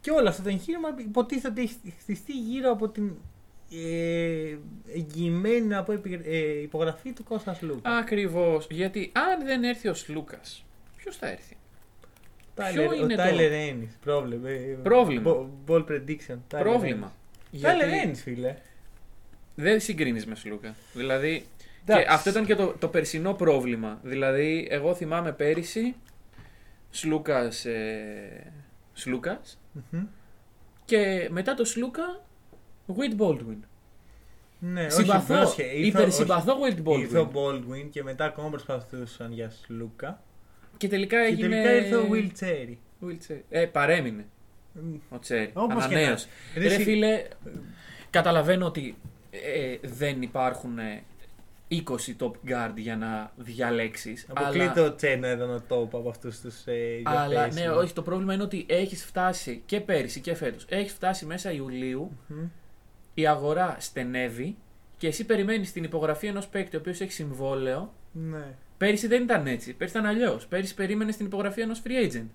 και όλο αυτό το εγχείρημα υποτίθεται ότι έχει χτιστεί γύρω από την ε, εγγυημένη να πω, επιγρα- ε, υπογραφή του Κώστας Λούκας.
Ακριβώς. Γιατί αν δεν έρθει ο Σλούκα, ποιος θα έρθει.
Tyler-
ποιο είναι
ο
το-
Τάιλερ Ένις, πρόβλημα. ε,
Πρόβλημα.
bo- Ball prediction. Tyler
Πρόβλημα.
Ennis. Tyler Ennis, φίλε.
δεν συγκρίνεις μες Σλούκα. Δηλαδή. Και
Εντάξει.
αυτό ήταν και το, το περσινό πρόβλημα. Δηλαδή, εγώ θυμάμαι πέρυσι Σλούκα. Ε, Σλούκας
Μμμ.
και μετά το Σλούκα Wade Baldwin.
Ναι,
Συμπαθώ,
όχι, πρόσχε, ήρθε ο-
υπερσυμπαθώ Wade
όχι, Ήρθε ο
Baldwin.
Baldwin και μετά ακόμα προσπαθούσαν για Σλούκα.
Και τελικά
Και
έγινε.
τελικά ήρθε ο Will Cherry.
Will Che- Ε, παρέμεινε ο Τσέρι.
Όπως και να.
Ανανέωσε.
Ρε,
Ρε
συ-
φίλε, καταλαβαίνω ότι ε, δεν υπάρχουν ε, 20 top guard για να διαλέξεις.
Αποκλείται
αλλά,
ο Τσέρι να ήταν ο τόπο από αυτούς τους ε,
αλλά ναι,
διαθέσιμους.
όχι, το πρόβλημα είναι ότι έχεις φτάσει και πέρυσι και φέτος, έχεις φτάσει μέσα Ιουλίου,
Μμμ.
η αγορά στενεύει και εσύ περιμένεις την υπογραφή ενός παίκτη ο οποίος έχει συμβόλαιο.
Ναι.
Πέρυσι δεν ήταν έτσι, πέρυσι ήταν αλλιώς. Πέρυσι περίμενες την υπογραφή ενός free agent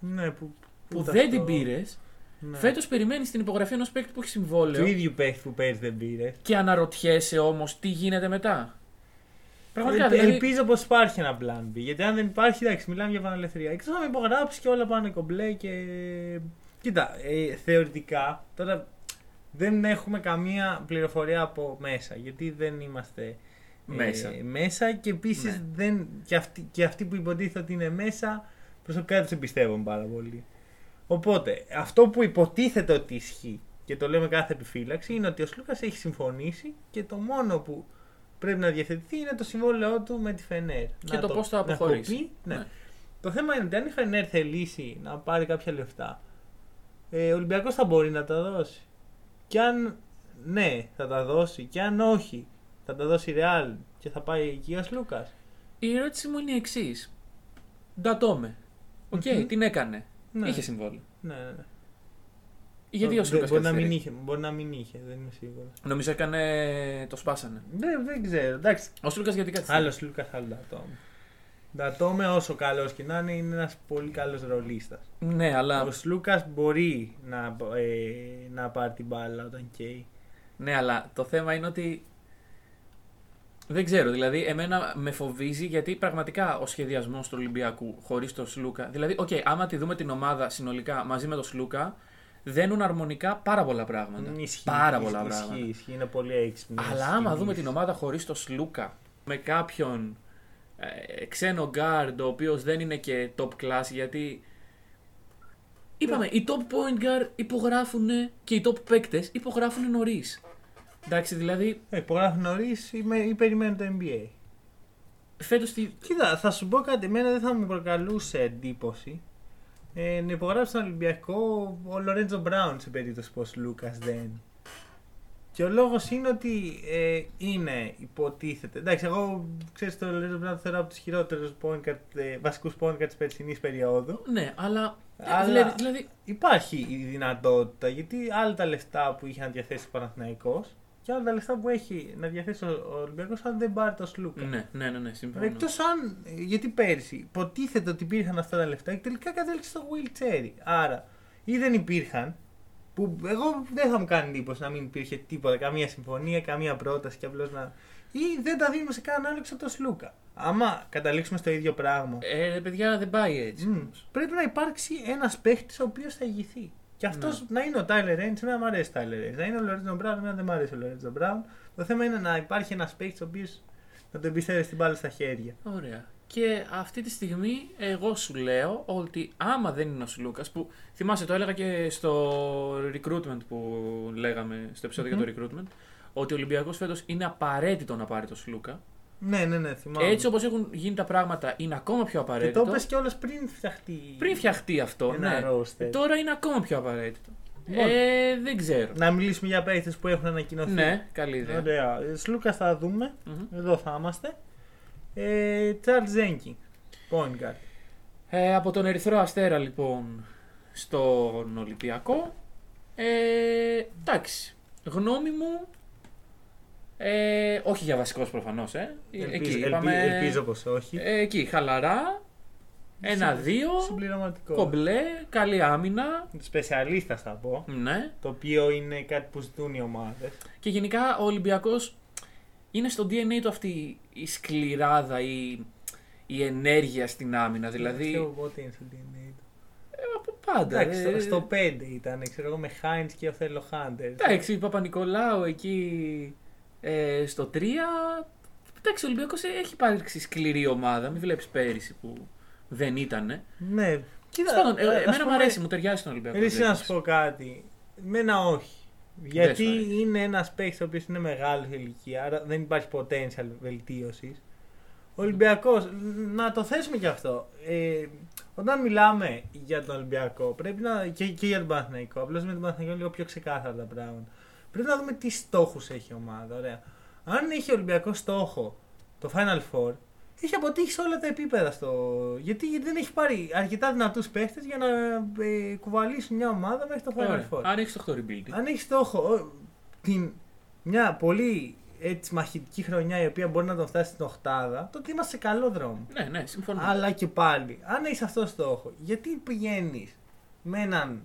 Ναι, που,
που
ούτε
δεν
αυτό-
την πήρες.
Ναι.
Φέτος περιμένεις την υπογραφή ενός παίκτη που έχει
Του
συμβόλαιο.
ίδιου παίχτη που πέρυσι δεν πήρε.
Και αναρωτιέσαι όμως τι γίνεται μετά. Πραγματικά
Ελπι-
δηλαδή.
Ε, Ελπίζω πως υπάρχει ένα plan B. Γιατί αν δεν υπάρχει, εντάξει, μιλάμε για επανελευθερία. Εκτό να με υπογράψει και όλα πάνε κομπλέ και. Κοίτα, ε, θεωρητικά τώρα δεν έχουμε καμία πληροφορία από μέσα. Γιατί δεν είμαστε ε,
Μέσα.
μέσα και επίσης
Ναι.
δεν. Και αυτοί, και αυτοί που υποτίθεται ότι είναι μέσα, προσωπικά τους εμπιστεύουν πάρα πολύ. Οπότε, αυτό που υποτίθεται ότι ισχύει και το λέμε κάθε επιφύλαξη είναι ότι ο Σλούκας έχει συμφωνήσει και το μόνο που πρέπει να διευθετηθεί είναι το συμβόλαιό του με τη Φενέρ.
Και
Να
το πώς θα
να
αποχωρήσει.
κοπεί, ναι.
Ναι.
Το θέμα είναι ότι αν η Φενέρ θελήσει να πάρει κάποια λεφτά, ε, ο Ολυμπιακός θα μπορεί να τα δώσει. Και αν ναι, θα τα δώσει, και αν όχι, θα τα δώσει η Ρεάλ και θα πάει εκεί ο Λούκα.
Η ερώτηση μου είναι η εξής. Ντατόμε. Οκ,
Μμμ.
την έκανε.
Ναι.
Είχε συμβόλαιο.
Ναι, ναι, ναι.
Γιατί
Δεν-
ο Σλούκα
μπορεί, να μην είχε, μπορεί να μην είχε, δεν είμαι σίγουρο.
Νομίζω έκανε. Το σπάσανε.
Δεν, δεν ξέρω, εντάξει.
Ο Σλούκα γιατί καθυστερεί.
Άλλος Λούκα, άλλο Ντατόμε. Ντατόμε, όσο καλός και να είναι, είναι ένας πολύ καλός ρολίστας.
Ναι, αλλά.
Ο Σλούκα μπορεί να, ε, να πάρει την μπάλα όταν καίει.
Ναι, αλλά το θέμα είναι ότι. Δεν ξέρω, δηλαδή, εμένα με φοβίζει γιατί πραγματικά ο σχεδιασμός του Ολυμπιακού χωρίς τον Σλούκα. Δηλαδή, οκ, άμα τη δούμε την ομάδα συνολικά μαζί με τον Σλούκα, δένουν αρμονικά πάρα πολλά πράγματα.
Ισχύει,
πάρα
ισχύει,
πολλά
ισχύει,
πράγματα.
Ισχύει, είναι πολύ έξυπνο.
Αλλά άμα δούμε την ομάδα χωρίς το Σλούκα, με κάποιον ε, ξένο guard ο οποίος δεν είναι και top class γιατί. Είπαμε, οι top point guard υπογράφουν και οι top παίκτες υπογράφουν νωρίς. Εντάξει, δηλαδή
Ε, υπογράφουν νωρί ή, με- ή περιμένουν το NBA.
φέτος τη.
Κοίτα, θα σου πω κάτι. Εμένα δεν θα μου προκαλούσε εντύπωση ε, να υπογράψει τον Ολυμπιακό ο Λορέντζο Μπράουν σε περίπτωση πως Λούκας δεν. Και ο λόγος είναι ότι ε, είναι υποτίθεται. Εντάξει, εγώ ξέρεις το Λορέντζο Μπράουν θεωρώ από τους χειρότερους ε, βασικούς πόνικα της περσινής περίοδου.
Ναι, αλλά.
Αλλά-
Δηλαδή, δηλαδή,
υπάρχει η δυνατότητα γιατί άλλα τα λεφτά που είχε να διαθέσει ο Παναθηναϊκός και άλλα τα λεφτά που έχει να διαθέσει ο ο Ολυμπιακός αν δεν πάρει το Σλούκα.
ναι, ναι, ναι, ναι, συμφωνώ.
Εκτός αν. Γιατί πέρσι υποτίθεται ότι υπήρχαν αυτά τα λεφτά και τελικά κατέληξε στο Will Cherry. Άρα ή δεν υπήρχαν. Που εγώ δεν θα μου κάνει εντύπωση να μην υπήρχε τίποτα, καμία συμφωνία, καμία πρόταση και απλώς να. ή δεν τα δίνουμε σε κανέναν άλλο εξω το Σλούκα. Άμα καταλήξουμε στο ίδιο πράγμα.
Ε, ρε, παιδιά, δεν πάει έτσι.
μ, πρέπει να υπάρξει ένας παίχτης ο οποίος θα ηγηθεί. Και αυτός να είναι ο Τάιλερ Ρέιντ, εμένα μου αρέσει ο Τάιλερ Ρέιντ. Να είναι ο Λορέντζο Μπράουν, εμένα δεν μου αρέσει ο Λορέντζο Μπράουν. Το θέμα είναι να υπάρχει ένας παίχτη ο οποίος να τον εμπιστεύει την μπάλα στα χέρια.
Ωραία. Και αυτή τη στιγμή εγώ σου λέω ότι άμα δεν είναι ο Σλούκα, που θυμάσαι το έλεγα και στο recruitment που λέγαμε, στο επεισοδιο
Μμμ.
για το recruitment, ότι ο Ολυμπιακός φέτος είναι απαραίτητο να πάρει το Σλούκα.
Ναι, ναι, ναι, θυμάμαι.
Έτσι όπως έχουν γίνει τα πράγματα είναι ακόμα πιο
και
απαραίτητο.
το είπε κιόλα πριν φτιαχτεί.
Πριν φτιαχτεί αυτό,
Ένα
ναι.
roster.
Τώρα είναι ακόμα πιο απαραίτητο.
Λοιπόν.
Ε, δεν ξέρω.
Να μιλήσουμε για παίχτες που έχουν ανακοινωθεί.
Ναι, καλή ιδέα.
Ωραία. Σλούκα θα δούμε.
Μμμ.
Εδώ θα είμαστε. Ε, Charles Jenkins. Point guard.
Ε, από τον Ερυθρό Αστέρα λοιπόν στον Ολυμπιακό. Ε, εντάξει. Γνώμη μου. Ε, όχι για βασικός προφανώς, ε.
Ελπίζω,
εκεί, είπαμε,
ελπι- ελπίζω πως όχι.
ε, εκεί, χαλαρά. Ένα-δύο.
Συμπληρωματικό.
Κομπλέ. Καλή άμυνα.
Σπεσιαλίστας θα πω.
Ναι.
Το οποίο είναι κάτι που ζητούν οι ομάδες.
Και γενικά ο Ολυμπιακός είναι στο DNA του αυτή η σκληράδα, η, η ενέργεια στην άμυνα. Δηλαδή.
Πότε είναι στο DNA του.
Ε, από πάντα.
Εντάξει,
ε.
στο, στο 5 ήταν, ξέρω εγώ, με Χάιντ και ο Θέλο Χάντερ.
Εντάξει, Παπα-Νικολάου εκεί ε, στο 3. Εντάξει, ο Ολυμπιακός ε, έχει υπάρξει σκληρή ομάδα. Μην βλέπεις πέρυσι που δεν ήταν.
Ναι. Κοίτα,
Πάντων,
ε,
ε,
ας
εμένα μου
πούμε,
αρέσει, μου ταιριάζει στον Ολυμπιακό.
Ρίση, να
βλέπεις.
σου πω κάτι. Μένα όχι. Γιατί
σου αρέσει.
είναι ένας παίκτης ο οποίος είναι μεγάλο σε ηλικία, άρα δεν υπάρχει potential βελτίωσης. Ο Ολυμπιακός, να το θέσουμε και αυτό. Ε, όταν μιλάμε για τον Ολυμπιακό πρέπει να, και, και για τον Παναθηναϊκό, απλώς με τον Παναθηναϊκό είναι λίγο πιο ξεκάθαρα τα πράγματα. Πρέπει να δούμε τι στόχους έχει η ομάδα. Ωραία. Αν έχει Ολυμπιακό στόχο το Final Four, έχει αποτύχει σε όλα τα επίπεδα. Στο... Γιατί, γιατί δεν έχει πάρει αρκετά δυνατούς παίχτες για να ε, κουβαλήσουν μια ομάδα μέχρι το Final
Ωραία.
Four.
Άρα έχεις το rebuilding.
Αν έχει στόχο ο, την, μια πολύ έτσι, μαχητική χρονιά η οποία μπορεί να τον φτάσει στην Οχτάδα, τότε είμαστε σε καλό δρόμο.
Ναι, ναι, συμφωνώ.
Αλλά και πάλι, αν έχεις αυτό το στόχο, γιατί πηγαίνεις με έναν.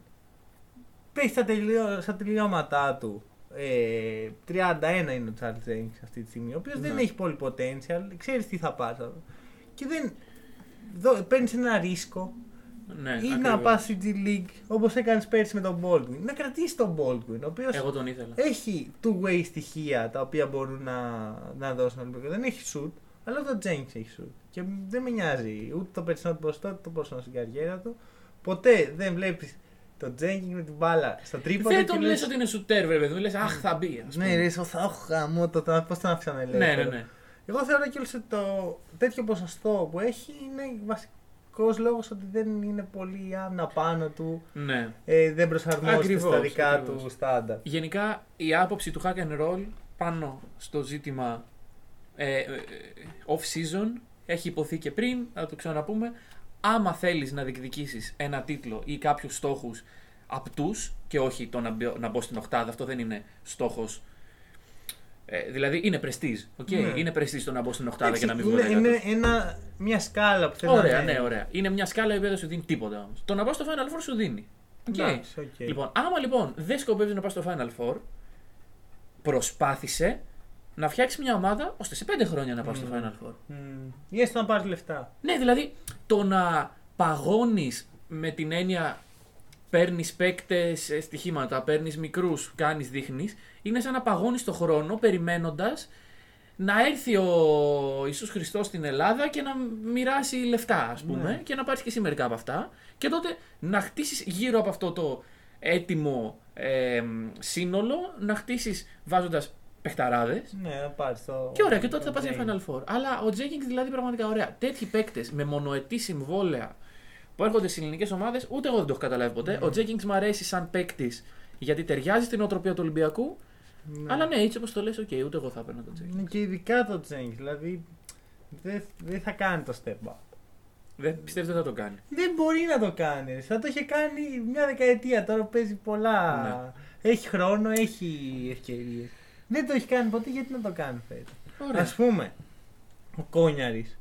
Παίχτη στα, τελειώ, στα τελειώματά του. Ε, 31 είναι ο Τσάρλ Τζέινγκ αυτή τη στιγμή, ο οποίος δεν
Ναι.
έχει πολύ potential, ξέρεις τι θα πας. Και δεν. δο- παίρνεις ένα ρίσκο
ναι,
ή
ακριβώς.
να πας στη G League όπως έκανες πέρσι με τον Baldwin. Να κρατήσεις τον Baldwin, ο οποίος
Εγώ τον ήθελα.
Ε, έχει two-way στοιχεία τα οποία μπορούν να, να δώσουν Ολυμπιακό. Δεν έχει shoot, αλλά το Jenkins έχει shoot. Και δεν με νοιάζει ούτε το περσινό του ποσοστό, ούτε το ποσοστό στην καριέρα του. Ποτέ δεν βλέπεις το Jenkins με την μπάλα στα τρίποντα.
δεν
και
τον λες ότι είναι σουτέρ, βέβαια. Δεν λες, αχ, θα μπει. ας
Ναι,
πούμε.
ρε, εσύ θα έχω χαμό το πώς τον άφησαν ελεύθερο.
ναι, ναι, ναι.
Εγώ θεωρώ κιόλας ότι το τέτοιο ποσοστό που έχει είναι βασικός λόγος ότι δεν είναι πολύ άμυνα πάνω του.
ναι.
Ε, δεν προσαρμόζεται στα
Ακριβώς,
δικά
ακριβώς.
του στάντα.
Γενικά η άποψη του hack and roll πάνω στο ζήτημα ε, ε, off season έχει υποθεί και πριν, θα το ξαναπούμε. Άμα θέλεις να διεκδικήσεις ένα τίτλο ή κάποιους στόχους απτούς και όχι το να, μπω- να μπω στην οκτάδα, αυτό δεν είναι στόχος. Ε, δηλαδή είναι πρεστής, οκ.
Ναι.
Είναι πρεστής το να μπω στην οκτάδα και να μην βγω
είναι,
δέκατος.
είναι ένα, μια σκάλα που θέλει
Ωραία,
να
ναι, ωραία. Είναι μια σκάλα η οποία δεν σου δίνει τίποτα όμως. Το να πα στο Final Four σου δίνει. Οκ.
Εντάξει, οκ.
Λοιπόν, άμα λοιπόν δεν σκοπεύεις να πας στο Final Four, προσπάθησε να φτιάξει μια ομάδα ώστε σε πέντε χρόνια να πα στο Final Four.
Μμμ. Ή έστω να πάρεις λεφτά.
Ναι, δηλαδή το να παγώνεις με την έννοια παίρνεις παίκτες στοιχήματα, παίρνεις μικρούς, κάνεις, δείχνεις, είναι σαν να παγώνεις το χρόνο περιμένοντας να έρθει ο Ιησούς Χριστός στην Ελλάδα και να μοιράσει λεφτά, ας πούμε, και να πάρεις και εσύ μερικά από αυτά. Και τότε να χτίσεις γύρω από αυτό το έτοιμο ε, σύνολο, να χτίσεις βάζοντας παιχταράδες,
Ναι, να πάρεις το.
και ωραία, και τότε θα πας για
το
Final Four. Αλλά ο Jenkins δηλαδή πραγματικά ωραία. Τέτοιοι παίκτες με μονοετή συμβόλαια που έρχονται στις ελληνικές ομάδες, ούτε εγώ δεν το έχω καταλάβει ποτέ. Ο Jenkins μου αρέσει σαν παίκτης γιατί ταιριάζει στην οτροπία του Ολυμπιακού.
Ναι.
Αλλά ναι, έτσι όπως το λες, οκ, ούτε εγώ θα έπαιρνα τον Jenkins.
Ναι, Και ειδικά το Τζέγκ. Δηλαδή δεν δεν θα κάνει το step up.
Δεν πιστεύω δεν θα το κάνει.
Δεν μπορεί να το κάνει. Θα το είχε κάνει μια δεκαετία τώρα που παίζει πολλά.
Ναι.
Έχει χρόνο, έχει ευκαιρίες. Δεν το έχει κάνει ποτέ, γιατί να το κάνει φέτο.
Ωραία.
Ας πούμε, ο Κόνιαρης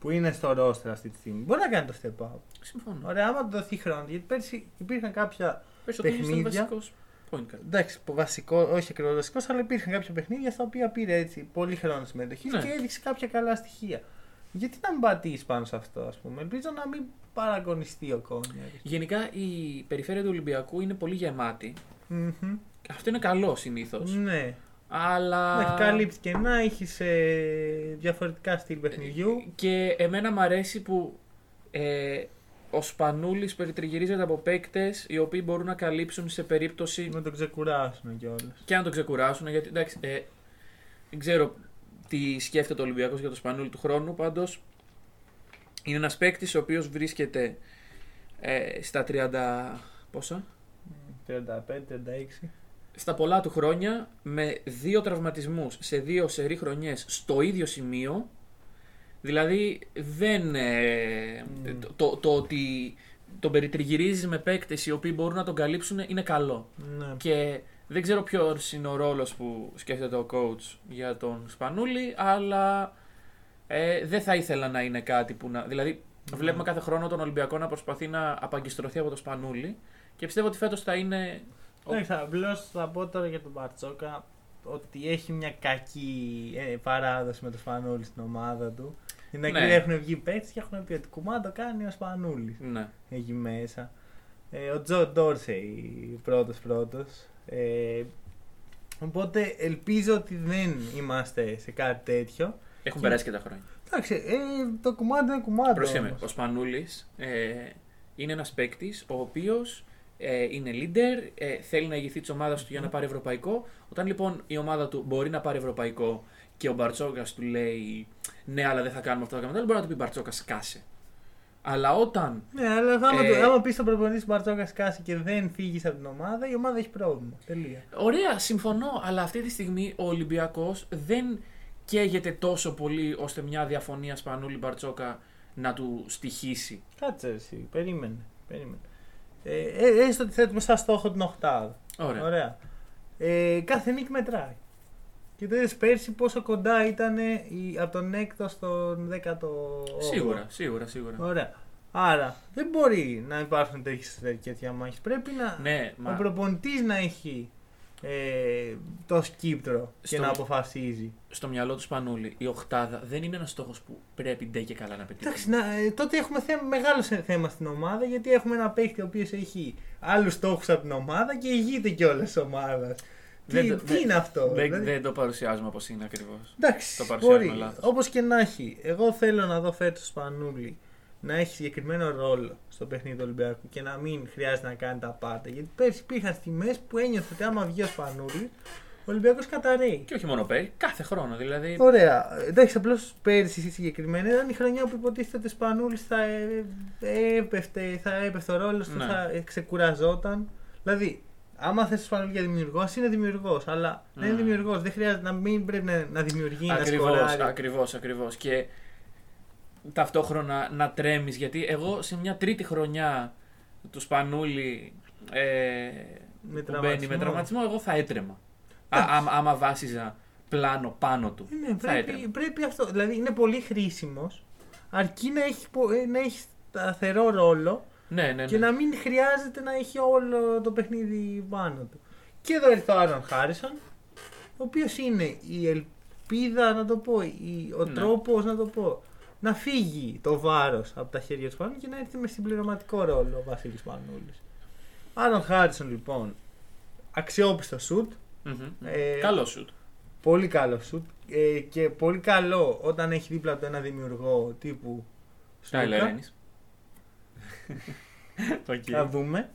που είναι στο ρόστρα αυτή τη στιγμή μπορεί να κάνει το step up.
Συμφωνώ.
Ωραία, άμα του δοθεί χρόνο. Γιατί πέρσι υπήρχαν κάποια.
Περισσότερο ήταν
παιχνίδια.
βασικός. Point guard.
Εντάξει, βασικό, όχι ακριβώς βασικός, αλλά υπήρχαν κάποια παιχνίδια στα οποία πήρε έτσι πολύ χρόνο συμμετοχή
Ναι.
και έδειξε κάποια καλά στοιχεία. Γιατί να μην πατήσεις πάνω σε αυτό, ας πούμε. Ελπίζω να μην παραγωνιστεί ο Κόνιερ.
Γενικά η περιφέρεια του Ολυμπιακού είναι πολύ γεμάτη.
Μμμ.
Αυτό είναι καλό συνήθως.
Ναι.
Αλλά.
Να καλύψει και να έχει ε, διαφορετικά στυλ
Ε,
παιχνιδιού.
Και εμένα μου αρέσει που ε, ο Σπανούλης περιτριγυρίζεται από παίκτες οι οποίοι μπορούν να καλύψουν σε περίπτωση
Να τον ξεκουράσουν κιόλας.
και να τον ξεκουράσουν. Γιατί εντάξει, ε, δεν ξέρω τι σκέφτεται ο Ολυμπιακός για το Σπανούλη του χρόνου. Πάντως είναι ένας παίκτης ο οποίος βρίσκεται ε, στα 30. Πόσα?
35-36.
Στα πολλά του χρόνια με δύο τραυματισμούς σε δύο σερή χρονιές στο ίδιο σημείο. Δηλαδή δεν. ε,
Mm.
το, το, το ότι τον περιτριγυρίζεις με παίκτες οι οποίοι μπορούν να τον καλύψουν είναι καλό.
Ναι.
Και δεν ξέρω ποιος είναι ο ρόλος που σκέφτεται ο coach για τον Σπανούλη, αλλά ε, δεν θα ήθελα να είναι κάτι που να. Δηλαδή,
Ναι.
βλέπουμε κάθε χρόνο τον Ολυμπιακό να προσπαθεί να απαγκιστρωθεί από τον Σπανούλη και πιστεύω ότι φέτος θα είναι.
Εντάξει, απλώ Ναι, θα πω τώρα για τον Μπαρτσόκα ότι έχει μια κακή ε, παράδοση με το Σπανούλη στην ομάδα του. Είναι
Ναι.
ναι. έχουν βγει παίκτες και έχουν πει ότι κουμά το κάνει ο Σπανούλης
Ναι.
εκεί μέσα. Ε, ο Τζο Ντόρσεϊ πρώτος πρώτος. Ε, οπότε ελπίζω ότι δεν είμαστε σε κάτι τέτοιο.
Έχουν
Και-
περάσει και τα χρόνια.
Εντάξει, ε, το κουμάντο είναι κουμάντο.
Πρόσεχε με,
όμως.
ο Σπανούλης ε, είναι ένας παίκτης ο οποίος ε, είναι leader, ε, θέλει να ηγηθεί της ομάδας του για να πάρει ευρωπαϊκό. Όταν λοιπόν η ομάδα του μπορεί να πάρει ευρωπαϊκό και ο Μπαρτσόκας του λέει Ναι, αλλά δεν θα κάνουμε αυτό, θα κάνουμε το άλλο, μπορεί να του πει Μπαρτσόκας, σκάσε. Αλλά όταν.
Ναι, αλλά άμα,
Ε,
του- άμα πεις στον προπονητή του Μπαρτσόκα σκάσει και δεν φύγεις από την ομάδα, η ομάδα έχει πρόβλημα. Τελεία.
Ωραία, συμφωνώ, αλλά αυτή τη στιγμή ο Ολυμπιακός δεν καίγεται τόσο πολύ ώστε μια διαφωνία Σπανούλη-Μπαρτσόκα να του στοιχήσει.
Κάτσε ρε εσύ, περίμενε. περίμενε. Ε, ε, έστω ότι θέτουμε σαν στόχο την οκτάδα.
Ωραία.
Ε, κάθε νίκη μετράει. Και το είδες πέρσι πόσο κοντά ήταν από τον έκτο στον δέκατο.
Σίγουρα, σίγουρα, σίγουρα.
Ωραία. Άρα δεν μπορεί να υπάρχουν τέτοιες διαμάχε. Πρέπει να,
Ναι, μα...
ο προπονητής να έχει ε, το σκύπτρο και
Στο-
να αποφασίζει.
στο μυαλό τους Σπανούλη η οχτάδα δεν είναι ένας στόχος που πρέπει ντε και καλά να πετύχει.
Εντάξει, να, ε, τότε έχουμε θέμα, μεγάλο σε- θέμα στην ομάδα γιατί έχουμε ένα παίχτη ο οποίος έχει άλλους στόχους από την ομάδα και ηγείται κιόλας της ομάδας. Τι,
Δεν το-
τι
δεν-
είναι αυτό,
δεν,
δηλαδή.
δεν το παρουσιάζουμε όπως είναι ακριβώς. το
Εντάξει,
παρουσιάζουμε
μπορεί.
λάθος.
Όπως και να έχει, εγώ θέλω να δω φέτος το Σπανούλη να έχει συγκεκριμένο ρόλο στο παιχνίδι του Ολυμπιακού και να μην χρειάζεται να κάνει τα πάντα. Γιατί πέρσι υπήρχαν στιγμές που ένιωθε ότι άμα βγει ο Σπανούλης, ο Ολυμπιακός καταραίει.
Και όχι μόνο πέρυσι, κάθε χρόνο δηλαδή.
Ωραία. Εντάξει, απλώς πέρσι συγκεκριμένα ήταν η χρονιά που υποτίθεται ότι ο Σπανούλης θα ε, έπεφτε, θα έπεφτε ο ρόλος του,
Ναι.
θα ε, ξεκουραζόταν. Δηλαδή, άμα θες ο Σπανούλης για δημιουργός, είναι δημιουργός. Αλλά δεν είναι
Mm.
δημιουργός. Δεν χρειάζεται να μην πρέπει να, να δημιουργεί, να
Ακριβώς,
σκοράρει.
ακριβώς, ακριβώς. Και ταυτόχρονα να τρέμεις. Γιατί εγώ σε μια τρίτη χρονιά του Σπανούλη ε,
Με
που μπαίνει με
τραυματισμό.
τραυματισμό, εγώ θα έτρεμα. Α, άμα- άμα βάσιζα πλάνο πάνω του.
Ε, Ναι,
θα έτρεμα.
πρέπει, πρέπει αυτό. Δηλαδή, είναι πολύ χρήσιμος αρκεί να έχει, πο- ε, να έχει σταθερό ρόλο.
Ναι, ναι,
και
ναι.
να μην χρειάζεται να έχει όλο το παιχνίδι πάνω του. Και εδώ ήρθε ο Άρον Χάρισον, ο οποίος είναι η ελπίδα, να το πω, η, ο
Ναι.
τρόπος τρόπο, να το πω, να φύγει το βάρος από τα χέρια του Σπανούλη και να έρθει με συμπληρωματικό ρόλο ο Βασίλης Πανούλη. Άρον Χάρισον, λοιπόν, αξιόπιστο σουτ.
Μμμ.
Ε,
Ναι. Καλός σουτ.
Πολύ καλό σουτ. Ε, και πολύ καλό όταν έχει δίπλα του ένα δημιουργό τύπου.
Τάιλερ
Σλούκα.
Ένις. Οκ.
Θα δούμε.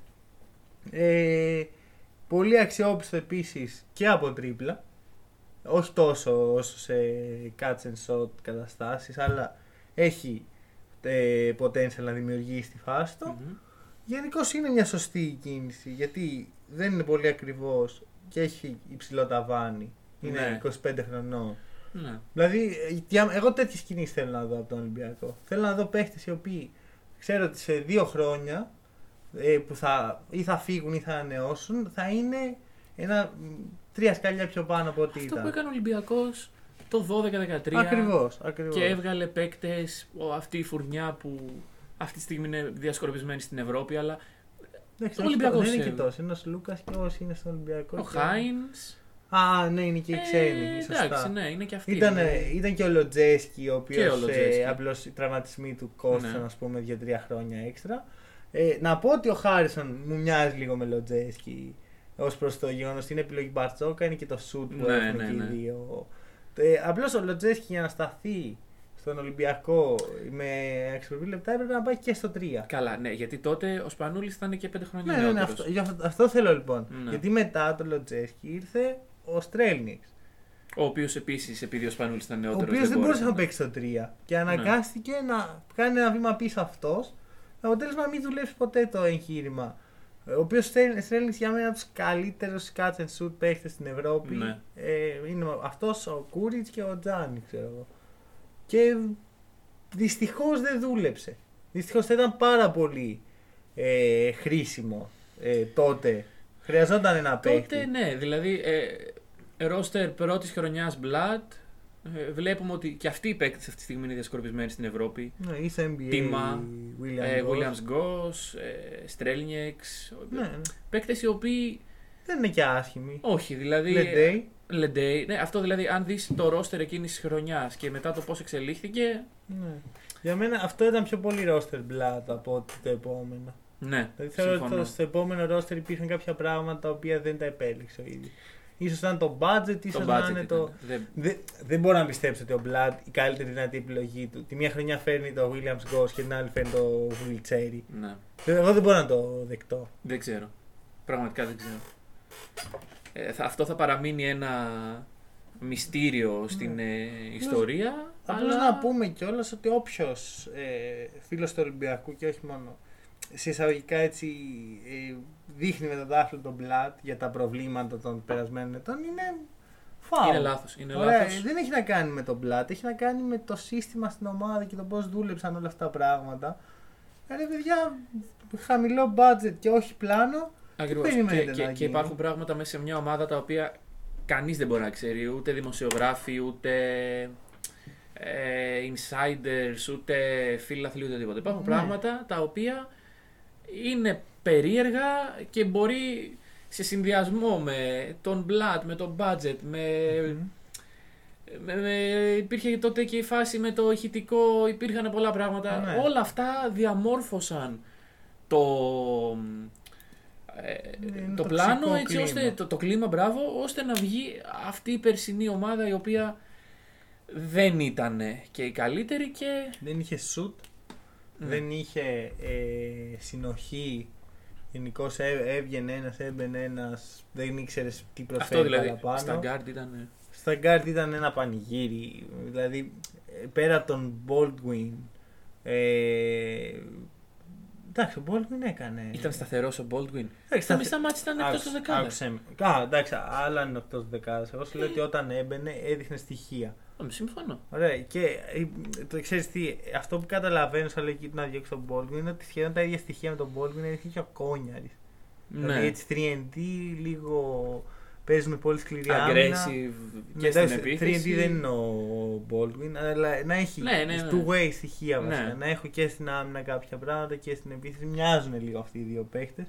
Ε, πολύ αξιόπιστο επίσης και από τρίπλα. Όχι τόσο όσο σε catch and shot καταστάσεις, αλλά έχει ε, potential να δημιουργήσει τη φάση του.
Μμμ.
Γενικώς είναι μια σωστή κίνηση γιατί δεν είναι πολύ ακριβώς και έχει υψηλό ταβάνι. Είναι
Ναι.
25 χρονών.
Ναι.
Δηλαδή, ε, για- εγώ τέτοιες κινήσεις θέλω να δω από τον Ολυμπιακό. Θέλω να δω παίχτες οι οποίοι ξέρω ότι σε δύο χρόνια ε, που θα, ή θα φύγουν ή θα ανανεώσουν θα είναι ένα, μ, τρία σκαλιά πιο πάνω από ό,τι
Αυτό που
ήταν.
έκανε ο Ολυμπιακός το 12-13.
Ακριβώς. Ακριβώς.
Και έβγαλε παίκτες, αυτή η φουρνιά που Αυτή τη στιγμή είναι διασκορπισμένη στην Ευρώπη, αλλά
Εντάξει,
Ο
όχι
Ολυμπιακός
Δεν είναι
είναι.
και τόσο. Ένας Λούκας και όσοι είναι στον Ολυμπιακό.
ο
και-
Χάιν.
Α, ναι, είναι και η ξένη. σωστά.
εντάξει, ναι, είναι και αυτή.
Ήταν, ε, ήταν και ο Λοτζέσκι, ο
Και ο
οποίος
Λοτζέσκι.
ε, απλώς οι τραυματισμοί του κόστησαν,
Ναι.
ας πούμε, δύο-τρία χρόνια έξτρα. Ε, να πω ότι ο Χάρισον μου μοιάζει λίγο με Λοτζέσκι ως προς το γεγονός ότι είναι επιλογή Μπαρτσόκα, είναι και το σουτ που
Ναι,
έχουν
ναι,
και οι
ναι.
δύο. Ε, απλώς ο Λοτζέσκι για να σταθεί στον Ολυμπιακό με αξιοπρεπή λεπτά έπρεπε να πάει και στο 3.
Καλά, ναι, γιατί τότε ο Σπανούλης ήταν και πέντε χρόνια
Ναι, ναι, ναι,
νεότερος.
αυτό, γι' αυτό, αυτό θέλω λοιπόν.
Ναι.
Γιατί μετά το Λοτζέσκι ήρθε ο Στρέλνιξ.
Ο οποίος επίσης, επειδή ο Σπανούλης ήταν
Ο
νεότερος.
οποίος δεν μπορούσε να παίξει το 3 και
Ναι.
αναγκάστηκε να κάνει ένα βήμα πίσω αυτός. Με αποτέλεσμα να μην δουλέψεις ποτέ το εγχείρημα. Ε, Ο οποίος Στρέλινγκ για μένα από τους καλύτερους catch and shoot παίχτες στην Ευρώπη.
Ναι.
Ε, είναι αυτός ο Κούριτ και ο Τζάνι, ξέρω εγώ. Και δυστυχώς δεν δούλεψε. Δυστυχώς θα ήταν πάρα πολύ ε, χρήσιμο ε, τότε. Χρειαζόταν ένα
Τότε
παίχτη.
ναι, δηλαδή ε, ρόστερ πρώτης χρονιάς Μπλατ. Ε, βλέπουμε ότι και αυτοί οι παίκτες αυτή τη στιγμή είναι διασκορπισμένοι στην Ευρώπη.
Ναι, είσαι NBA.
Τίμα,
William
Ε,
Goss.
Williams Goss, ε, Strelnieks.
Ναι, ναι.
Παίκτες οι οποίοι.
Δεν είναι και άσχημοι.
Όχι, δηλαδή.
Λεντέι.
Λεντέι. Ναι, αυτό δηλαδή, αν δεις το ρόστερ εκείνης της χρονιάς και μετά το πώς εξελίχθηκε.
Ναι. Για μένα αυτό ήταν πιο πολύ roster blood από ότι το επόμενο.
Ναι,
Δηλαδή θεωρώ ότι
συμφωνώ.
το- στο επόμενο roster υπήρχαν κάποια πράγματα τα οποία δεν τα επέλεξε ο ίδιος. Ίσως ήταν το budget, ίσως να
budget
είναι
ήταν. ναι.
το.
Δεν-
Δεν, δεν μπορώ να πιστέψω ότι ο Blood η καλύτερη δυνατή επιλογή του. Τη μία χρονιά φέρνει το Williams Ghost και την άλλη φέρνει το Wilcherry.
Ναι,
Εγώ δεν μπορώ να το δεκτώ.
δεν ξέρω. Πραγματικά δεν ξέρω. Ε, θα, αυτό θα παραμείνει ένα μυστήριο στην ε, ιστορία.
Απλώς Ναι. να πούμε κιόλας ότι όποιος ε, φίλος του Ολυμπιακού και όχι μόνο σε εισαγωγικά έτσι ε, δείχνει με το δάχτυλο τον Μπλατ για τα προβλήματα των περασμένων ετών είναι φάουλ.
Είναι λάθος. Είναι
Ωραία,
λάθος.
Δεν έχει να κάνει με τον Μπλατ, έχει να κάνει με το σύστημα στην ομάδα και το πώς δούλεψαν όλα αυτά τα πράγματα. Ρε παιδιά, χαμηλό budget και όχι πλάνο.
Ακριβώς.
Τι περιμένετε
Και,
να
και,
γίνει.
και υπάρχουν πράγματα μέσα σε μια ομάδα τα οποία κανείς δεν μπορεί να ξέρει. Ούτε δημοσιογράφοι, ούτε ε, insiders, ούτε φίλαθλοι, ούτε τίποτα. Υπάρχουν
Ναι.
πράγματα τα οποία είναι περίεργα και μπορεί σε συνδυασμό με τον Blatt, με τον budget, με... με- με- υπήρχε τότε και η φάση με το ηχητικό, υπήρχαν πολλά πράγματα.
Ναι.
Όλα αυτά διαμόρφωσαν το, ε,
Ναι, Είναι
το
το
πλάνο
ψυχικό
έτσι
κλίμα.
ώστε το, το κλίμα μπράβο ώστε να βγει αυτή η περσινή ομάδα η οποία δεν ήταν και η καλύτερη και
Δεν είχε shoot,
Ναι.
δεν είχε ε, συνοχή. Γενικώς έβγαινε ένας, έμπαινε ένας, δεν ήξερες τι
αυτό
προσφέρει
δηλαδή
παραπάνω. Ναι.
στα guard ήταν
Στα γκάρτ ήταν ένα πανηγύρι. Δηλαδή, ε, πέρα από τον Baldwin. Ε, εντάξει, ο Baldwin έκανε.
ήταν σταθερός ο Baldwin
Εντάξει,
στα
Ε, σταθε-
μισά μάτια ήταν εκτός
Άκουσε-
του δεκάδα
άκουσε με. Καλά, εντάξει, άλλα είναι εκτός δεκάδα. Εγώ σου λέω
Ε.
ότι όταν έμπαινε έδειχνε στοιχεία.
Ω, συμφωνώ
Ωραία, και ε, το ξέρεις τι, αυτό που καταλαβαίνω σαν λογική του να διώξει τον Baldwin είναι ότι σχεδόν τα ίδια στοιχεία με τον Baldwin έδειχνε και ο Κόνιαρης. Δηλαδή
ναι
έτσι 3D, λίγο παίζουν με πολύ σκληρή δηλαδή, άμυνα.
aggressive και
Κοιτάξτε,
στην
3D δεν
επίθεση
είναι ο Baldwin, αλλά να έχει
Ναι, ναι, ναι.
two way στοιχεία
Ναι.
βασικά. Να έχω και στην άμυνα κάποια πράγματα και στην επίθεση. Μοιάζουν λίγο αυτοί οι δύο παίχτες.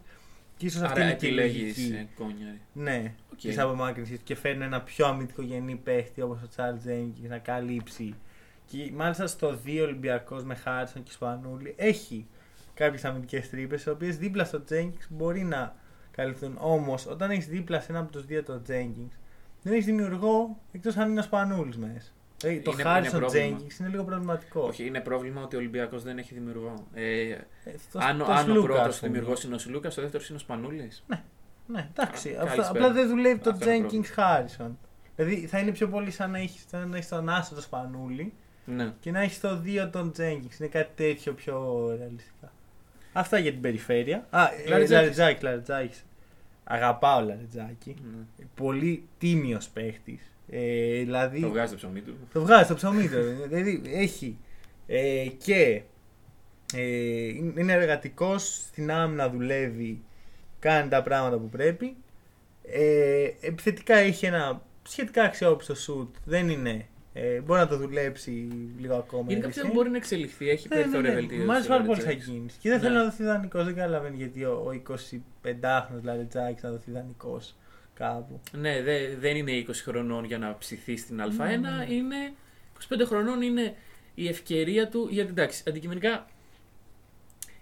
Και ίσω αυτή
άρα
είναι και η
επιλέγεις
λογική.
ε, Κόνιαρη
Ναι,
Οκ.
της απομάκρυνσης του και φέρνουν ένα πιο αμυντικογενή παίχτη όπως ο Τσάρλ Jenkins να καλύψει. Και μάλιστα στο 2 Ολυμπιακός με Χάρισον και Σπανούλη έχει κάποιες αμυντικές τρύπες, οι οποίες δίπλα στο Jenkins μπορεί να καλυφθούν. Όμως, όταν έχεις δίπλα σε ένα από τους δύο το Jenkins, δεν έχεις δημιουργό εκτός αν είναι ο Σπανούλης μέσα. Δηλαδή, το
Είναι-
Χάρισον
είναι πρόβλημα.
Jenkins είναι λίγο προβληματικό.
όχι είναι πρόβλημα ότι ο Ολυμπιακός δεν έχει δημιουργό ε,
Ε, το-
αν, ο-
το
αν ο
Σλούκα,
πρώτο
ας πούμε.
δημιουργό είναι ο Σλούκα, ο δεύτερος είναι ο Σπανούλης.
Ναι, εντάξει.
Α,
αυτά-
καλησπέρα.
απλά δεν δουλεύει το
Αυτό είναι
Jenkins Harrison. Δηλαδή θα είναι πιο πολύ σαν να έχεις τον Άσο το Σπανούλη
Ναι.
και να έχεις το 2 τον Jenkins. Είναι κάτι τέτοιο πιο ρεαλιστικά. Αυτά για την περιφέρεια. Α, ε,
Λαριτζάκης.
Λαριτζάκης, Λαριτζάκης. Αγαπάω Λαριτζάκη. Πολύ τίμιος παίχτης. Ε, δηλαδή.
Το βγάζει το ψωμί του.
Το βγάζει το ψωμί του. ρε. δηλαδή έχει ε, και ε, είναι εργατικός, στην άμυνα δουλεύει, κάνει τα πράγματα που πρέπει. Ε, επιθετικά έχει ένα σχετικά αξιόπιστο σουτ. Δεν είναι Ε, μπορεί να το δουλέψει λίγο ακόμα.
Είναι
έτσι.
κάποιο που μπορεί να εξελιχθεί, έχει
Ναι, ναι,
περιθώριο
ναι.
βελτίωσης.
Μ' άρεσε πάρα πολύ σαν κίνηση. Και δεν
Ναι.
θέλω να δοθεί δανεικό. Δεν καταλαβαίνει γιατί ο, ο 25χρονο δηλαδή Τζάκης να δοθεί δανεικό κάπου.
Ναι, δε- δεν είναι 20 χρονών για να ψηθεί στην Α1,
Ναι, ναι.
είναι 25 χρονών είναι η ευκαιρία του. Γιατί εντάξει, αντικειμενικά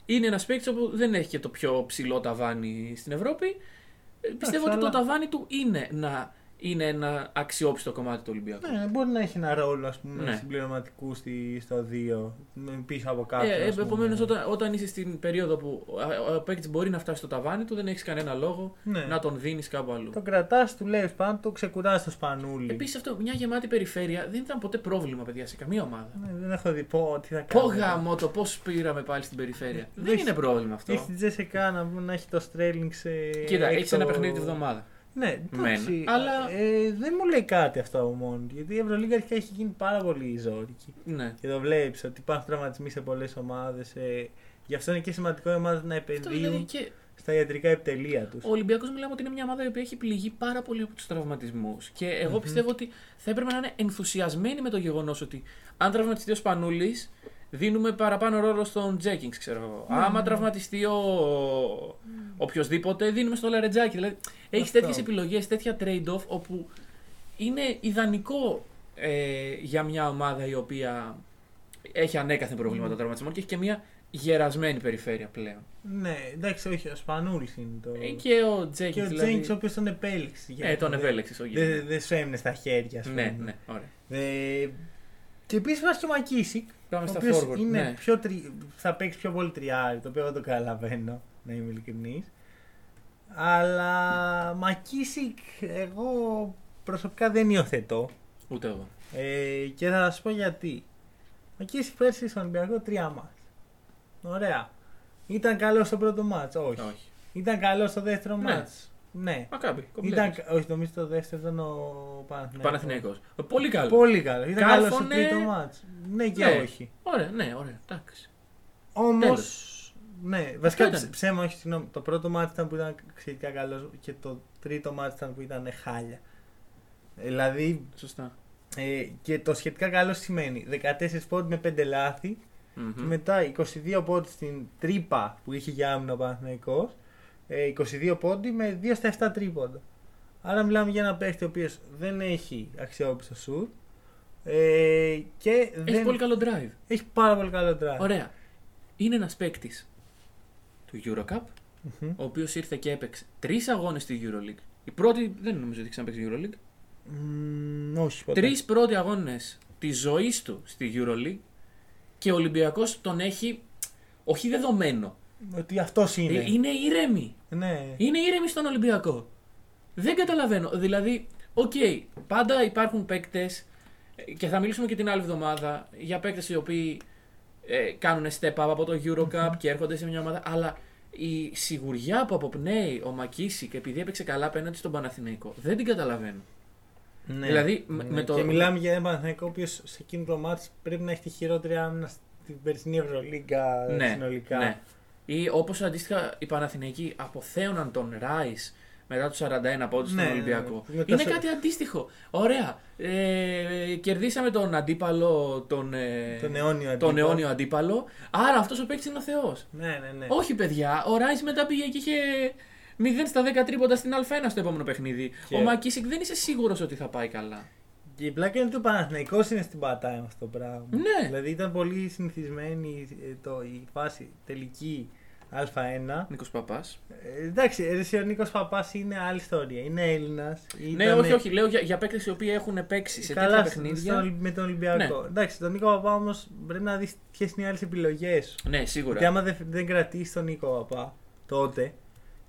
είναι ένα παίκτη που δεν έχει και το πιο ψηλό ταβάνι στην Ευρώπη. Ε, Πιστεύω ότι
αλλά-
το ταβάνι του είναι να είναι ένα αξιόπιστο κομμάτι του Ολυμπιακού.
Ναι, μπορεί να έχει ένα ρόλο ας πούμε,
Ναι.
συμπληρωματικού στη, στο 2, πίσω από κάποιον.
Ε,
ας πούμε. ναι.
Επομένως, όταν, όταν είσαι στην περίοδο που ο- ο παίκτης μπορεί να φτάσει στο ταβάνι του, δεν έχεις κανένα λόγο
Ναι.
να τον δίνεις κάπου αλλού.
Το κρατάς, του λέει πάνω, το ξεκουράζει το σπανούλι.
Επίσης, Ε, αυτό μια γεμάτη περιφέρεια δεν ήταν ποτέ πρόβλημα, παιδιά, σε καμία ομάδα.
Ναι, δεν έχω δει πω, τι θα
Πω
κάνω.
γάμο το πώς πήραμε πάλι στην περιφέρεια.
Δεν
Δεν
έχει-
είναι πρόβλημα αυτό.
Έχεις την Τζέσικα να, να έχει το στρέλινγκ σε.
Κοίτα,
έκτο-
έχεις ένα παιχνίδι τη βδομάδα.
Ναι, εντάξει.
Μεν, αλλά-
ε, δεν μου λέει κάτι αυτό μόνο. Γιατί η Ευρωλίγκα αρχικά έχει γίνει πάρα πολύ ζώρικη.
Ναι.
Και το βλέπεις ότι υπάρχουν τραυματισμοί σε πολλές ομάδες. Ε, γι' αυτό είναι και σημαντικό οι ομάδες να
Αυτό
επενδύουν
δηλαδή και
στα ιατρικά επιτελεία τους.
ο Ολυμπιακός μιλάμε ότι είναι μια ομάδα η οποία έχει πληγεί πάρα πολύ από τους τραυματισμούς. Και εγω
Μμμ.
πιστεύω ότι θα έπρεπε να είναι ενθουσιασμένοι με το γεγονός ότι αν τραυματιστεί ο Σπανούλης, δίνουμε παραπάνω ρόλο στον Τζέκινγκ, ξέρω εγώ. Άμα τραυματιστεί ο. οποιοδήποτε, δίνουμε στο Λαρετζάκι. Δηλαδή έχει
Αυτό.
τέτοιες επιλογές, τέτοια trade-off όπου είναι ιδανικό ε, για μια ομάδα η οποία έχει ανέκαθεν προβλήματα
Μμμ.
τραυματισμών και έχει και μια γερασμένη περιφέρεια πλέον.
Ναι, εντάξει, όχι, ο Σπανούλης είναι το.
Ε, και ο Τζέκινγκ.
και ο
δηλαδή...
Τζέινγκ, ο οποίος τον επέλεξε.
Ε, τον
Δεν-
ευέλεξε ο
Δεν
Γκίνη.
δεν σου έμεινε στα χέρια, ας πούμε.
Ναι, ναι, ωραία.
Ε, και επίσης μα και ο Μακίσικ.
Πάμε
Ο
στα
οποίος
forward.
είναι
ναι.
πιο τρι- θα παίξει πιο πολύ τριάρι, το οποίο δεν το καταλαβαίνω, να είμαι ειλικρινής. Αλλά Μακίσικ, εγώ προσωπικά δεν υιοθετώ.
Ούτε εγώ.
Ε, και θα σας πω γιατί. Μακίσικ πέρσι στον Ολυμπιακό τρία μάτς. Ωραία. Ήταν καλό στο πρώτο μάτς, όχι.
Όχι.
Ήταν καλό στο δεύτερο
Ναι.
μάτς, ναι.
Μακάμπι.
Ήταν,
Ήταν
όχι, νομίζω το δεύτερο ήταν ο Παναθηναϊκός.
Παναθηναϊκός. Ε, Πολύ καλό.
ναι. Πολύ καλό. Ήταν καλό στο
Κάρφωνε.
τρίτο μάτς. Ναι και
Ναι.
όχι.
Ωραία, ναι, ωραία. Εντάξει.
Όμως.
Τέλος.
Ναι, βασικά
ήταν.
ψέμα, όχι, συγγνώμη. Το πρώτο μάτι ήταν που ήταν εξαιρετικά καλός και το τρίτο μάτι ήταν που ήταν χάλια. Ε, Δηλαδή,
Σωστά.
ε, και το σχετικά καλό σημαίνει 14 πόντ με 5 λάθη
Μμμ.
και μετά 22 πόντ στην τρύπα που είχε για άμυνα ο Παναθηναϊκός, ε, 22 πόντι με 2 στα 7 τρίποντα. Άρα μιλάμε για ένα παίχτη ο οποίος δεν έχει αξιόπιστο σουτ ε, και
Έχει
δεν...
πολύ καλό drive.
έχει πάρα πολύ καλό drive.
Ωραία. Είναι ένας παίκτης του Eurocup,
Μμμ.
ο οποίος ήρθε και έπαιξε τρεις αγώνες στη Euroleague. Η πρώτη δεν νομίζω ότι ξαναπέξει στην Euroleague.
Μμμ, όχι, ποτέ.
Τρεις πρώτοι αγώνες της ζωής του στη Euroleague και ο Ολυμπιακός τον έχει όχι δεδομένο.
Ότι αυτός είναι.
Ε, Είναι ήρεμη.
Ναι.
Είναι ήρεμη στον Ολυμπιακό. Δεν καταλαβαίνω. Δηλαδή, οκ, πάντα υπάρχουν παίκτες και θα μιλήσουμε και την άλλη εβδομάδα για παίκτες οι οποίοι ε, κάνουν step up από το Eurocup και έρχονται σε μια ομάδα. Αλλά η σιγουριά που αποπνέει ο Μακίσικ επειδή έπαιξε καλά απέναντι στον Παναθηναϊκό, δεν την καταλαβαίνω.
ναι.
δηλαδή, με- με το-
Και μιλάμε για έναν Παναθηναϊκό ο οποίος σε εκείνο το μάτι πρέπει να έχει τη χειρότερη άμυνα στην περσινή Ευρωλίγκα συνολικά.
ναι. Ή όπως αντίστοιχα οι Παναθηναϊκοί αποθέωναν τον Ράις μετά του 41 πόντου
Ναι,
στον Ολυμπιακό.
ναι, ναι.
Είναι
Μετά-
κάτι αντίστοιχο. Ωραία. Ε, κερδίσαμε τον αντίπαλο, τον, ε,
Τον αιώνιο
τον
αντίπαλο.
αιώνιο αντίπαλο. Άρα αυτός ο παίκτης είναι ο Θεός.
Ναι, ναι, ναι.
Όχι, παιδιά. Ο Ράις μετά πήγε και είχε 0 στα 10 τρίποντα στην Α1 στο επόμενο παιχνίδι.
Και-
Ο Μακίσικ δεν είσαι σίγουρος ότι θα πάει καλά.
Και η πλάκα είναι ότι ο Παναθηναϊκός είναι στην πατάη με αυτό το πράγμα.
Ναι.
Δηλαδή ήταν πολύ συνηθισμένη ε, το, η φάση τελική Α1.
Νίκος Παπάς.
Ε, εντάξει, ρε, εσύ ο Νίκος Παπάς είναι άλλη ιστορία. Είναι Έλληνας.
Ναι, όχι, όχι. Λέω για, για παίκτες οι οποίοι έχουν παίξει σε τέτοια
Καλά, στο-
παιχνίδια. Ναι.
στον- με τον Ολυμπιακό. Εντάξει, τον Νίκο Παπά όμως πρέπει να δεις ποιες είναι οι άλλες επιλογές σου.
Ναι, σίγουρα.
Και άμα δεν, δεν κρατήσεις τον Νίκο Παπά τότε,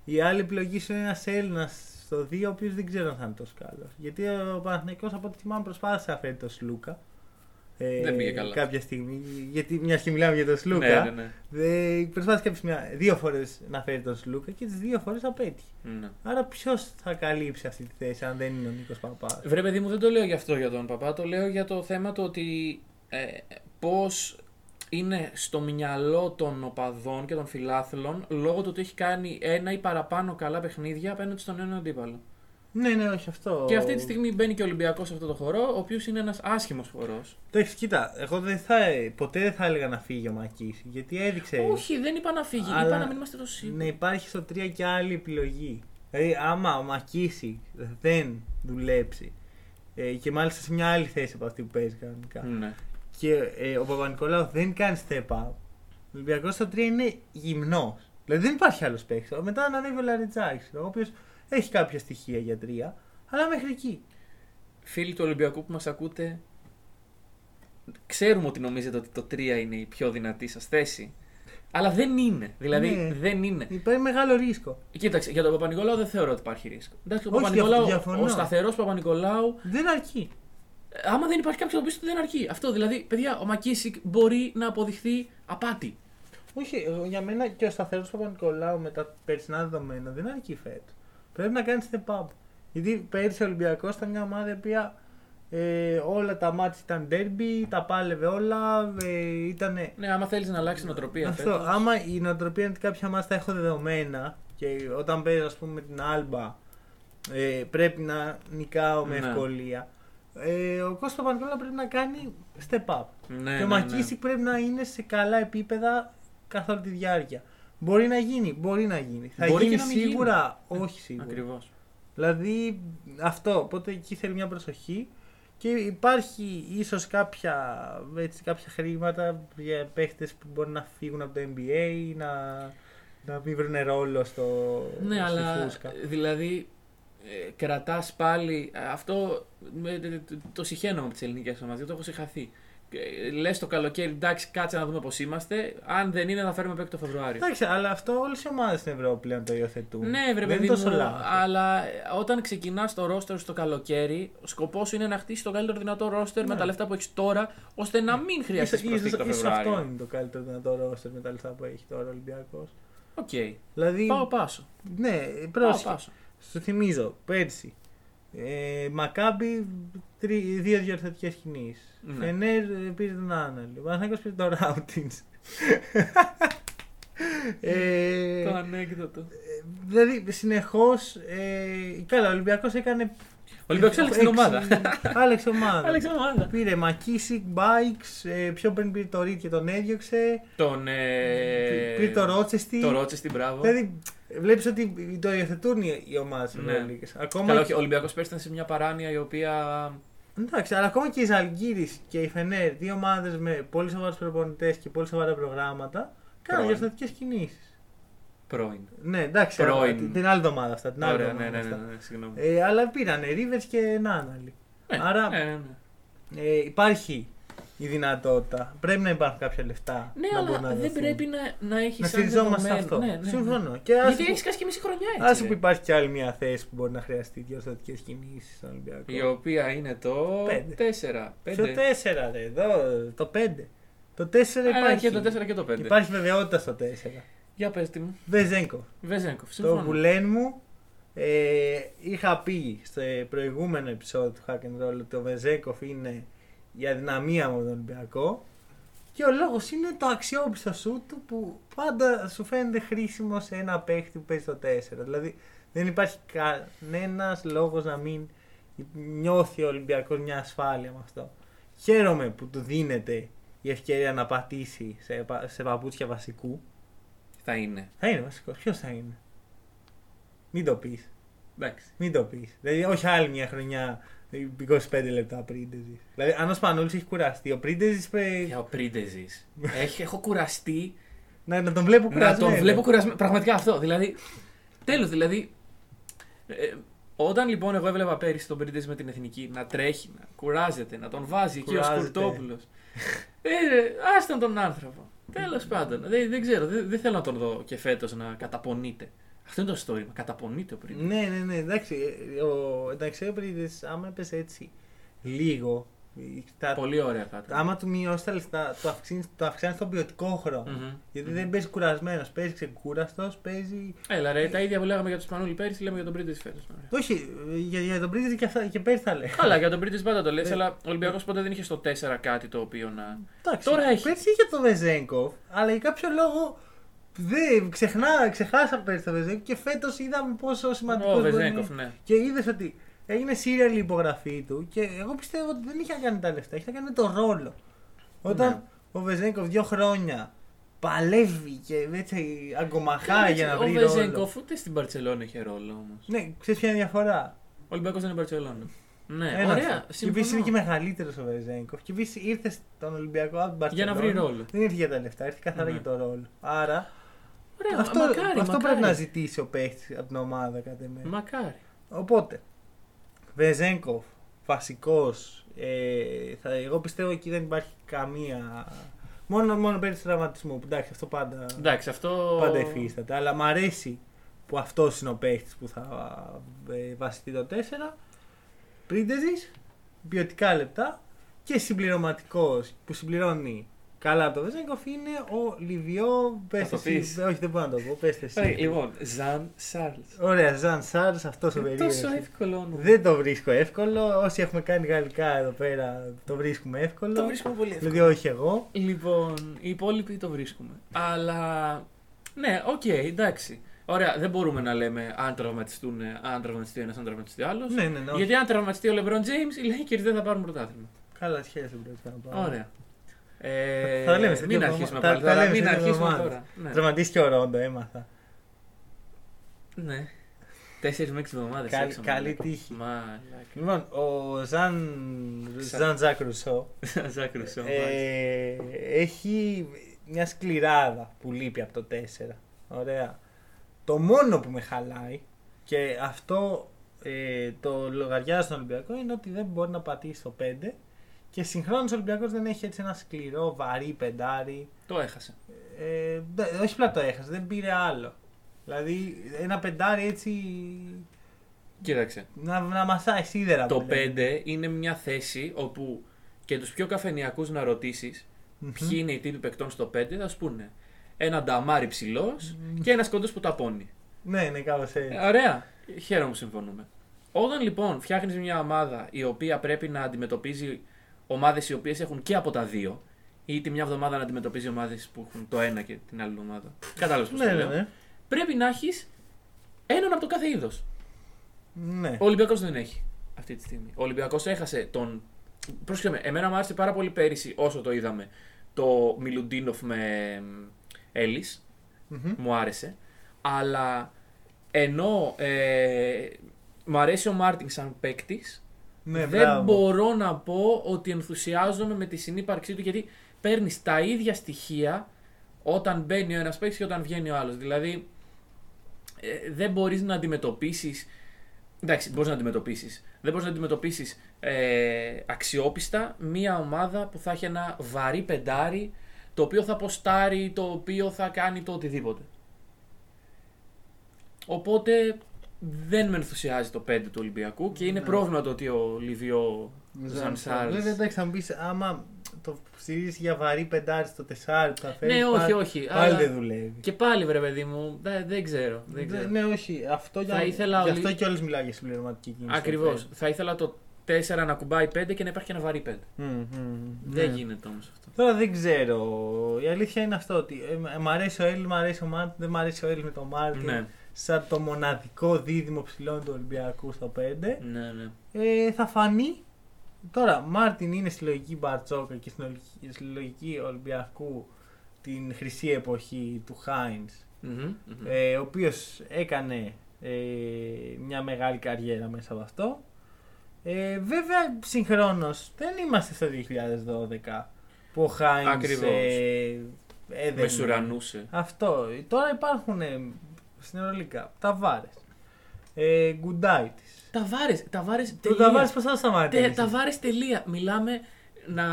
η άλλη επιλογή σου είναι ένας Έλληνας στο 2, ο οποίος δεν ξέρω αν θα είναι τόσο καλός. Γιατί ο Παναθηναϊκός από ό,τι θυμάμαι προσπάθησε να φέρει τον Σλούκα. Ε,
Δεν πήγε καλά.
Κάποια στιγμή, γιατί μια και μιλάμε για τον Σλούκα,
Ναι, ναι, ναι.
δε- προσπάθησε κάποια στιγμή δύο φορές να φέρει τον Σλούκα και τις δύο φορές απέτυχε.
ναι.
Άρα ποιος θα καλύψει αυτή τη θέση, αν δεν είναι ο Νίκος Παπάς.
Βρε παιδί μου δεν το λέω γι' αυτό για τον παπά, το λέω για το θέμα του ότι ε, πώς είναι στο μυαλό των οπαδών και των φιλάθλων λόγω του ότι έχει κάνει ένα ή παραπάνω καλά παιχνίδια απέναντι στον έναν αντίπαλο.
Ναι, ναι, όχι αυτό.
Και αυτή τη στιγμή μπαίνει και ο Ολυμπιακός σε αυτό το χορό, ο οποίος είναι ένας άσχημος χορός.
Εντάξει, κοίτα, εγώ δεν θα, ε, ποτέ δεν θα έλεγα να φύγει ο Μακής. Γιατί έδειξε.
Όχι, δεν είπα να φύγει,
Αλλά- Ναι,
είπα να μην είμαστε τόσο σίγουροι.
Να υπάρχει στο 3 και άλλη επιλογή. Δηλαδή, άμα ο Μακίση δεν δουλέψει ε, και μάλιστα σε μια άλλη θέση από αυτή που παίζει κανονικά.
Ναι.
Και ε, ο Παπα-Νικολάου δεν κάνει step up. Ο Ολυμπιακός στο 3 είναι γυμνός. Δηλαδή δεν υπάρχει άλλος παίκτης. Μετά να ανέβει ο Λαριτζάκης, ο οποίος έχει κάποια στοιχεία για 3, αλλά μέχρι εκεί.
Φίλοι του Ολυμπιακού που μας ακούτε, ξέρουμε ότι νομίζετε ότι το 3 είναι η πιο δυνατή σας θέση. Αλλά δεν είναι. Δηλαδή
Ναι.
δεν είναι.
Υπάρχει μεγάλο ρίσκο.
Κοίταξε, για τον Παπα-Νικολάου δεν θεωρώ ότι υπάρχει ρίσκο. Εντάξει, ο
Όχι,
Παπα-Νικολάου,
διαφωνώ.
ο σταθερός Παπα-Νικολάου,
Δεν αρκεί.
ε, άμα δεν υπάρχει κάποιος το δεν αρκεί. Αυτό δηλαδή, παιδιά, ο Μακίσικ μπορεί να αποδειχθεί απάτη.
Όχι, εγώ- για μένα και ο σταθερός Παπα-Νικολάου με τα περσινά δεδομένα δεν αρκεί φέτος. Πρέπει να κάνεις step up. Γιατί πέρυσι ο Ολυμπιακός ήταν μια ομάδα η οποία ε, όλα τα μάτια ήταν derby, τα πάλευε όλα, ε, ήταν.
Ναι, άμα θέλεις να αλλάξεις νοοτροπία.
Αυτό.
φέτος.
Άμα η νοοτροπία είναι ότι κάποια μάτια τα έχω δεδομένα και όταν παίζει, ας πούμε, με την Άλμπα, ε, πρέπει να νικάω με
Ναι.
ευκολία. Ε, ο Κώστας Παπα-Νικολάου πρέπει να κάνει step up.
Ναι,
Και ο
ναι, ναι.
Μακίσικ πρέπει να είναι σε καλά επίπεδα καθ' όλη τη διάρκεια. Μπορεί να γίνει, μπορεί να γίνει. Θα
Μπορεί και
γίνει
να μην γίνει. Ε,
σίγουρα, όχι σίγουρα.
Ακριβώς.
Δηλαδή αυτό, οπότε εκεί θέλει μια προσοχή και υπάρχει ίσως κάποια, έτσι, κάποια χρήματα για παίχτες που μπορεί να φύγουν από το NBA ή να, να μην βρουν ρόλο στο,
Ναι,
Ε, στη
αλλά
φούσκα.
δηλαδή ε, κρατάς πάλι. ε, Αυτό με, τε- τε- το συχαίνω από τις ελληνικές ομάδες, γιατί το έχω συχαθεί. Ε, Λες το καλοκαίρι, εντάξει, κάτσε να δούμε πώς είμαστε. Αν δεν είναι, θα φέρουμε παίκτη το Φεβρουάριο.
Εντάξει, αλλά αυτό όλες οι ομάδες στην Ευρώπη πλέον το υιοθετούν.
Ναι, βρε
Δεν
παιδί
είναι τόσο
μου,
λάθος.
αλλά ε, όταν ξεκινάς το ρόστερ στο καλοκαίρι, ο σκοπός σου είναι να χτίσει το καλύτερο δυνατό ρόστερ
Ναι.
με τα λεφτά που έχεις τώρα, ώστε να μην χρειαστεί
Ίσως,
προσθήκη το
ίσως, ίσως αυτό
Φεβρουάριο.
είναι το καλύτερο δυνατό ρόστερ με τα λεφτά που έχει τώρα ο Ολυμπιακός.
Οκ.
Δηλαδή,
Πάω πάσο.
ναι,
Πάω
πρόσεχε.
πάσο.
Σου θυμίζω, πέρσι, ε, Μακάμπι, τρι- δύο διορθωτικές κινήσεις.
Ναι.
Φενέρ ε, πήρε τον Άναλ. Ο Παναθηναϊκός πήρε τον Ράουτινς. ε,
Το ανέκδοτο.
ε, δηλαδή, συνεχώς, ε, καλά, ο Ολυμπιακός έκανε...
Ο Ολυμπιακό άλλαξε την
έξι-
ομάδα.
άλλαξε ομάδα.
Άλλαξε την ομάδα.
Πήρε Μακίσικ, Μπάιξ, ε, πιο πριν πήρε το Ρίτ και τον έδιωξε.
Τον. Ε...
πήρε το Ρότσεστι.
Το Ρότσεστι, μπράβο.
Δηλαδή, βλέπεις ότι το υιοθετούν οι οι ομάδες
Ναι.
Ευρωλίγες. Ακόμα
Καλά,
και-
όχι, ο Ολυμπιακός πέρσι ήταν σε μια παράνοια η οποία.
Εντάξει, αλλά ακόμα και η Ζαλγκύρης και η Φενέρ, δύο ομάδες με πολύ σοβαρούς προπονητές και πολύ σοβαρά προγράμματα, κάνουν
Πρώην.
διαστατικέ κινήσεις.
πρώην.
Ναι, εντάξει,
Πρώην.
αλλά την, την άλλη εβδομάδα αυτά. Την άλλη
Ωραία, ναι,
εβδομάδα
ναι, ναι,
αυτά.
ναι, συγγνώμη.
Ε, αλλά πήρανε Ρίβερ και Νάναλι.
Ναι,
άρα-
ναι, ναι, ναι.
Ε, υπάρχει η δυνατότητα. Πρέπει να υπάρχουν κάποια λεφτά.
Ναι,
να
αλλά
μπορούν να
δεν
δοθούν.
πρέπει να, να έχεις.
να στηριζόμαστε σε αυτό.
Ναι, ναι, ναι.
Συμφωνώ. Και άσε
Γιατί
που,
έχεις κάσει και μισή χρονιά έτσι.
άσε
ρε.
που υπάρχει και άλλη μια θέση που μπορεί να χρειαστεί διαστατικές κινήσεις στον Ολυμπιακό.
Η οποία είναι το.
Πέντε.
4.
Ποιο
5.
4, ρε, εδώ, το 5. Το 4
Άρα
υπάρχει.
Ε, και το 4 και το 5.
Υπάρχει βεβαιότητα στο 4.
Για πες τι μου.
Βεζέγκοφ.
Βεζένκοφ.
Το
Συμφωνώ.
βουλέν μου ε, είχα πει στο προηγούμενο επεισόδιο του Hack and Roll ότι ο Βεζέγκοφ είναι η αδυναμία μου τον Ολυμπιακό. Και ο λόγος είναι το αξιόπιστο σου του που πάντα σου φαίνεται χρήσιμο σε ένα παίχτη που παίζει το 4. Δηλαδή δεν υπάρχει κανένας λόγος να μην νιώθει ο Ολυμπιακός μια ασφάλεια με αυτό. Χαίρομαι που του δίνεται η ευκαιρία να πατήσει σε, πα- σε παπούτσια βασικού.
Θα είναι.
Θα είναι βασικό. Ποιος θα είναι. Μην το πεις.
Εντάξει.
Μην το πεις. Δηλαδή, όχι άλλη μια χρονιά 25 λεπτά πρίντεζη. Δηλαδή, αν ο Σπανούλης έχει κουραστεί, ο πρίντεζη πρέπει
Για ο Πρίντεζη. Έχει- Έχω κουραστεί
να, να τον βλέπω
Να
κουρασμένο.
τον βλέπω κουρασμένο. Πραγματικά αυτό. Δηλαδή. Τέλος, δηλαδή. ε, όταν λοιπόν εγώ έβλεπα πέρυσι τον Πρίντες με την εθνική να τρέχει, να κουράζεται, να τον βάζει εκεί ο
Κουράζεται.
Σκουρτόπουλος. Ε, ε, άστον τον άνθρωπο. Τέλος πάντων. Δεν, δεν ξέρω, δεν, δεν θέλω να τον δω και φέτος να καταπονείται. Αυτό είναι το στόχημα. Καταπονείται ο Πρίντες.
Ναι, ναι, ναι. Εντάξει, ε, ο, εντάξει ο πρίντεζη, άμα έπεσε έτσι λίγο. ε, Τα,
Πολύ ωραία θα ήταν.
Άμα του μειώσεις τα λεφτά, το αυξάνει το αυξάνεις τον ποιοτικό χρόνο.
Μμμ.
Γιατί
Μμμ.
δεν παίζεις κουρασμένος, παίζεις ξεκούραστος, παίζει.
Έλα ρε, τα ίδια που λέγαμε για τον Σπανούλη πέρυσι, λέμε για τον Πρίντες φέτο.
Όχι, ε, για, για τον πρίντεζη και, αυτά- και πέρυσι θα λέγαμε.
Καλά, για τον Πρίντες πάντα το λες,
Ε.
αλλά ο Ολυμπιακός ποτέ δεν είχε στο 4 κάτι το οποίο να.
Εντάξει,
Τώρα έχει.
Πέρσι είχε το Βεζέγκοφ, αλλά για κάποιο λόγο Δεν ξεχνά, ξεχάσα πέρσι το Βεζέγκοφ και φέτος είδαμε πόσο σημαντικός
Ο Βεζέγκοφ, ναι.
Και είδες ότι έγινε serial η υπογραφή του και εγώ πιστεύω ότι δεν είχε να κάνει τα λεφτά, είχε να κάνει με τον ρόλο. Όταν
Ναι.
ο Βεζέγκοφ δύο χρόνια παλεύει και έτσι αγκομαχάει για να βρει
Ο
ρόλο.
Βεζέγκοφ ούτε στην Παρσελόνα είχε ρόλο όμως.
Ναι, ξέρεις ποια είναι η διαφορά.
Ο Ολυμπιακός δεν είναι Παρσελόνα. Ναι,
Ένας.
ωραία.
Και επίσης είναι
συμφωνώ.
και μεγαλύτερος ο Βεζέγκοφ. Και επίσης ήρθε στον Ολυμπιακό από την
Για να βρει
Μπαρτσελόνα.
ρόλο.
Δεν ήρθε για τα λεφτά, ήρθε καθαρά
Ναι.
για το ρόλο. Άρα
Ωραία,
αυτό,
μακάρι,
αυτό
μακάρι.
πρέπει να ζητήσει ο παίχτη από την ομάδα κατά τη μέρα.
Μακάρι.
Οπότε, Βεζέγκοφ, βασικός. Ε, θα- εγώ πιστεύω εκεί δεν υπάρχει καμία. Μόνο, μόνο παίρνει τραυματισμό. που Εντάξει, αυτό πάντα,
Εντάξει, αυτό.
πάντα υφίσταται. Αλλά μ' αρέσει που αυτός είναι ο παίχτης που θα ε, βασιστεί το 4. Πρίντεζης, ποιοτικά λεπτά και συμπληρωματικός που συμπληρώνει καλά από το Βεζέγκοφ είναι ο Λιβιό. Πες
το
εσύ.
πεις.
Όχι, δεν μπορώ να το πω. Πες εσύ.
Ωραία, λοιπόν, Ζαν Σάρλ.
Ωραία, Ζαν Σάρ, αυτός ο περίεργο.
Ε, Τόσο εύκολο όνομα.
Δεν το βρίσκω εύκολο. Όσοι έχουμε κάνει γαλλικά εδώ πέρα, το βρίσκουμε εύκολο.
Το βρίσκουμε πολύ εύκολο.
Δηλαδή, όχι εγώ.
Λοιπόν, οι υπόλοιποι το βρίσκουμε. Αλλά. Ναι, οκ, εντάξει. Ωραία, δεν μπορούμε να λέμε αν τραυματιστούν, αν τραυματιστεί ένας, αν τραυματιστεί άλλος.
Ναι, ναι, ναι. όχι.
Γιατί αν τραυματιστεί ο LeBron James, οι Lakers δεν θα πάρουν πρωτάθλημα.
Καλά, σχέση δεν πρέπει να πάω.
Ωραία. Ε,
Θα τα λέμε σε
Μην
δύο
αρχίσουμε
εβδομάδες. Τα-
πάλι.
τα
τώρα,
λέμε σε
Μην
δύο
αρχίσουμε
εβδομάδες.
τώρα. Ναι.
Τραυματίστηκε ο Ρόντο, έμαθα.
Ναι. Τέσσερις με έξι εβδομάδες.
Καλ- καλή τύχη.
Μαλάκα.
Λοιπόν, ο Ζαν,
Ξα-
Ζαν Ζακ Ρουσό
Ζακ Ρουσό, μάλιστα.
ε, έχει μια σκληράδα που λείπει από το 4. Ωραία. Το μόνο που με χαλάει και αυτό ε, το λογαριάζω στον Ολυμπιακό είναι ότι δεν μπορεί να πατήσει το 5 και συγχρόνως ο Ολυμπιακός δεν έχει έτσι ένα σκληρό, βαρύ πεντάρι.
Το έχασε.
Ε, δε- όχι απλά το έχασε, δεν πήρε άλλο. Δηλαδή ένα πεντάρι έτσι
Κοίταξε.
να, να μασάει σίδερα.
Το
που λένε.
5 είναι μια θέση όπου και τους πιο καφενιακούς να ρωτήσεις
Μμμ.
ποιοι είναι οι τύποι παικτών στο 5, θα σου πούνε ένα νταμάρι ψηλός και ένας κοντός που ταπώνει.
Ναι, είναι κάπως έτσι.
Ε, ωραία. Χαίρομαι που συμφωνούμε. Όταν λοιπόν φτιάχνεις μια ομάδα η οποία πρέπει να αντιμετωπίζει ομάδες οι οποίες έχουν και από τα δύο, ή τη μια εβδομάδα να αντιμετωπίζει ομάδες που έχουν το ένα και την άλλη ομάδα. Κατάλαβες πώς
ναι,
το
ναι,
λέω.
ναι.
Πρέπει να έχεις έναν από το κάθε είδος.
ναι.
Ο Ολυμπιακός δεν έχει αυτή τη στιγμή. Ο Ολυμπιακός έχασε τον. Πρόσεχε με, εμένα μου άρεσε πάρα πολύ πέρυσι όσο το είδαμε το Μιλουντίνοφ με Έλλης.
Μμμ.
Μου άρεσε. Αλλά ενώ ε, μου αρέσει ο Μάρτιν σαν παίκτης,
Ναι,
δεν
μπράβο.
μπορώ να πω ότι ενθουσιάζομαι με τη συνύπαρξή του γιατί παίρνεις τα ίδια στοιχεία όταν μπαίνει ο ένας παίκτης και όταν βγαίνει ο άλλος. Δηλαδή, ε, δεν μπορείς να αντιμετωπίσεις. Εντάξει, μπορείς να αντιμετωπίσεις. Δεν μπορείς να αντιμετωπίσεις ε, αξιόπιστα μία ομάδα που θα έχει ένα βαρύ πεντάρι το οποίο θα ποστάρει, το οποίο θα κάνει το οτιδήποτε. Οπότε δεν με ενθουσιάζει το 5 του Ολυμπιακού και είναι
Ναι.
πρόβλημα το ότι ο Λιβιό
Ζαν
Ζαν
Σάρλ.
Σάρλς-
Βέβαια, εντάξει, θα μου πεις άμα το στηρίζεις για βαρύ πεντάρι στο τεσάρι που θα φέρει.
Ναι, όχι,
πάλι-
όχι.
Πάλι
αλλά-
δεν δουλεύει.
Και πάλι, βρε παιδί μου, δε- δεν ξέρω. Δεν
Ναι,
ξέρω.
Ναι, όχι. Αυτό για,
Θα ήθελα
γι'
όλοι-
αυτό κιόλα μιλάει για συμπληρωματική κίνηση.
Ακριβώς.
Ναι.
Θα ήθελα το 4 να κουμπάει 5 και να υπάρχει ένα βαρύ 5.
Μμμ, μμμ,
Δεν
ναι.
γίνεται όμως αυτό.
Τώρα δεν ξέρω. Η αλήθεια είναι αυτό ότι ε, μ' αρέσει ο Έλλη, μ' αρέσει ο Μάρτιν, δεν μ' αρέσει ο Έλλη με τον Μάρτιν.
Ναι,
Σαν το μοναδικό δίδυμο ψηλών του Ολυμπιακού στο 5.
ναι, ναι.
Ε, θα φανεί. Τώρα, Μάρτιν είναι στη λογική Μπαρτσόκα και στην ολ- στη λογική Ολυμπιακού την χρυσή εποχή του Χάινς,
Μμμ, μμμ.
ε, ο οποίος έκανε ε, μια μεγάλη καριέρα μέσα από αυτό. Ε, βέβαια, συγχρόνως, δεν είμαστε στο 2012 που ο Χάινς
Ακριβώς.
ε, έδαινε.
Μεσουρανούσε.
Αυτό. Τώρα υπάρχουν ε, στην Ευρωλίκα τα βάρες. Ε, Γκουντάιτης.
Τα βάρε. Τα βάρε.
Το Ταβάρες πώς θα
Τε,
σταματήσει.
Ταβάρε τελεία. Μιλάμε να.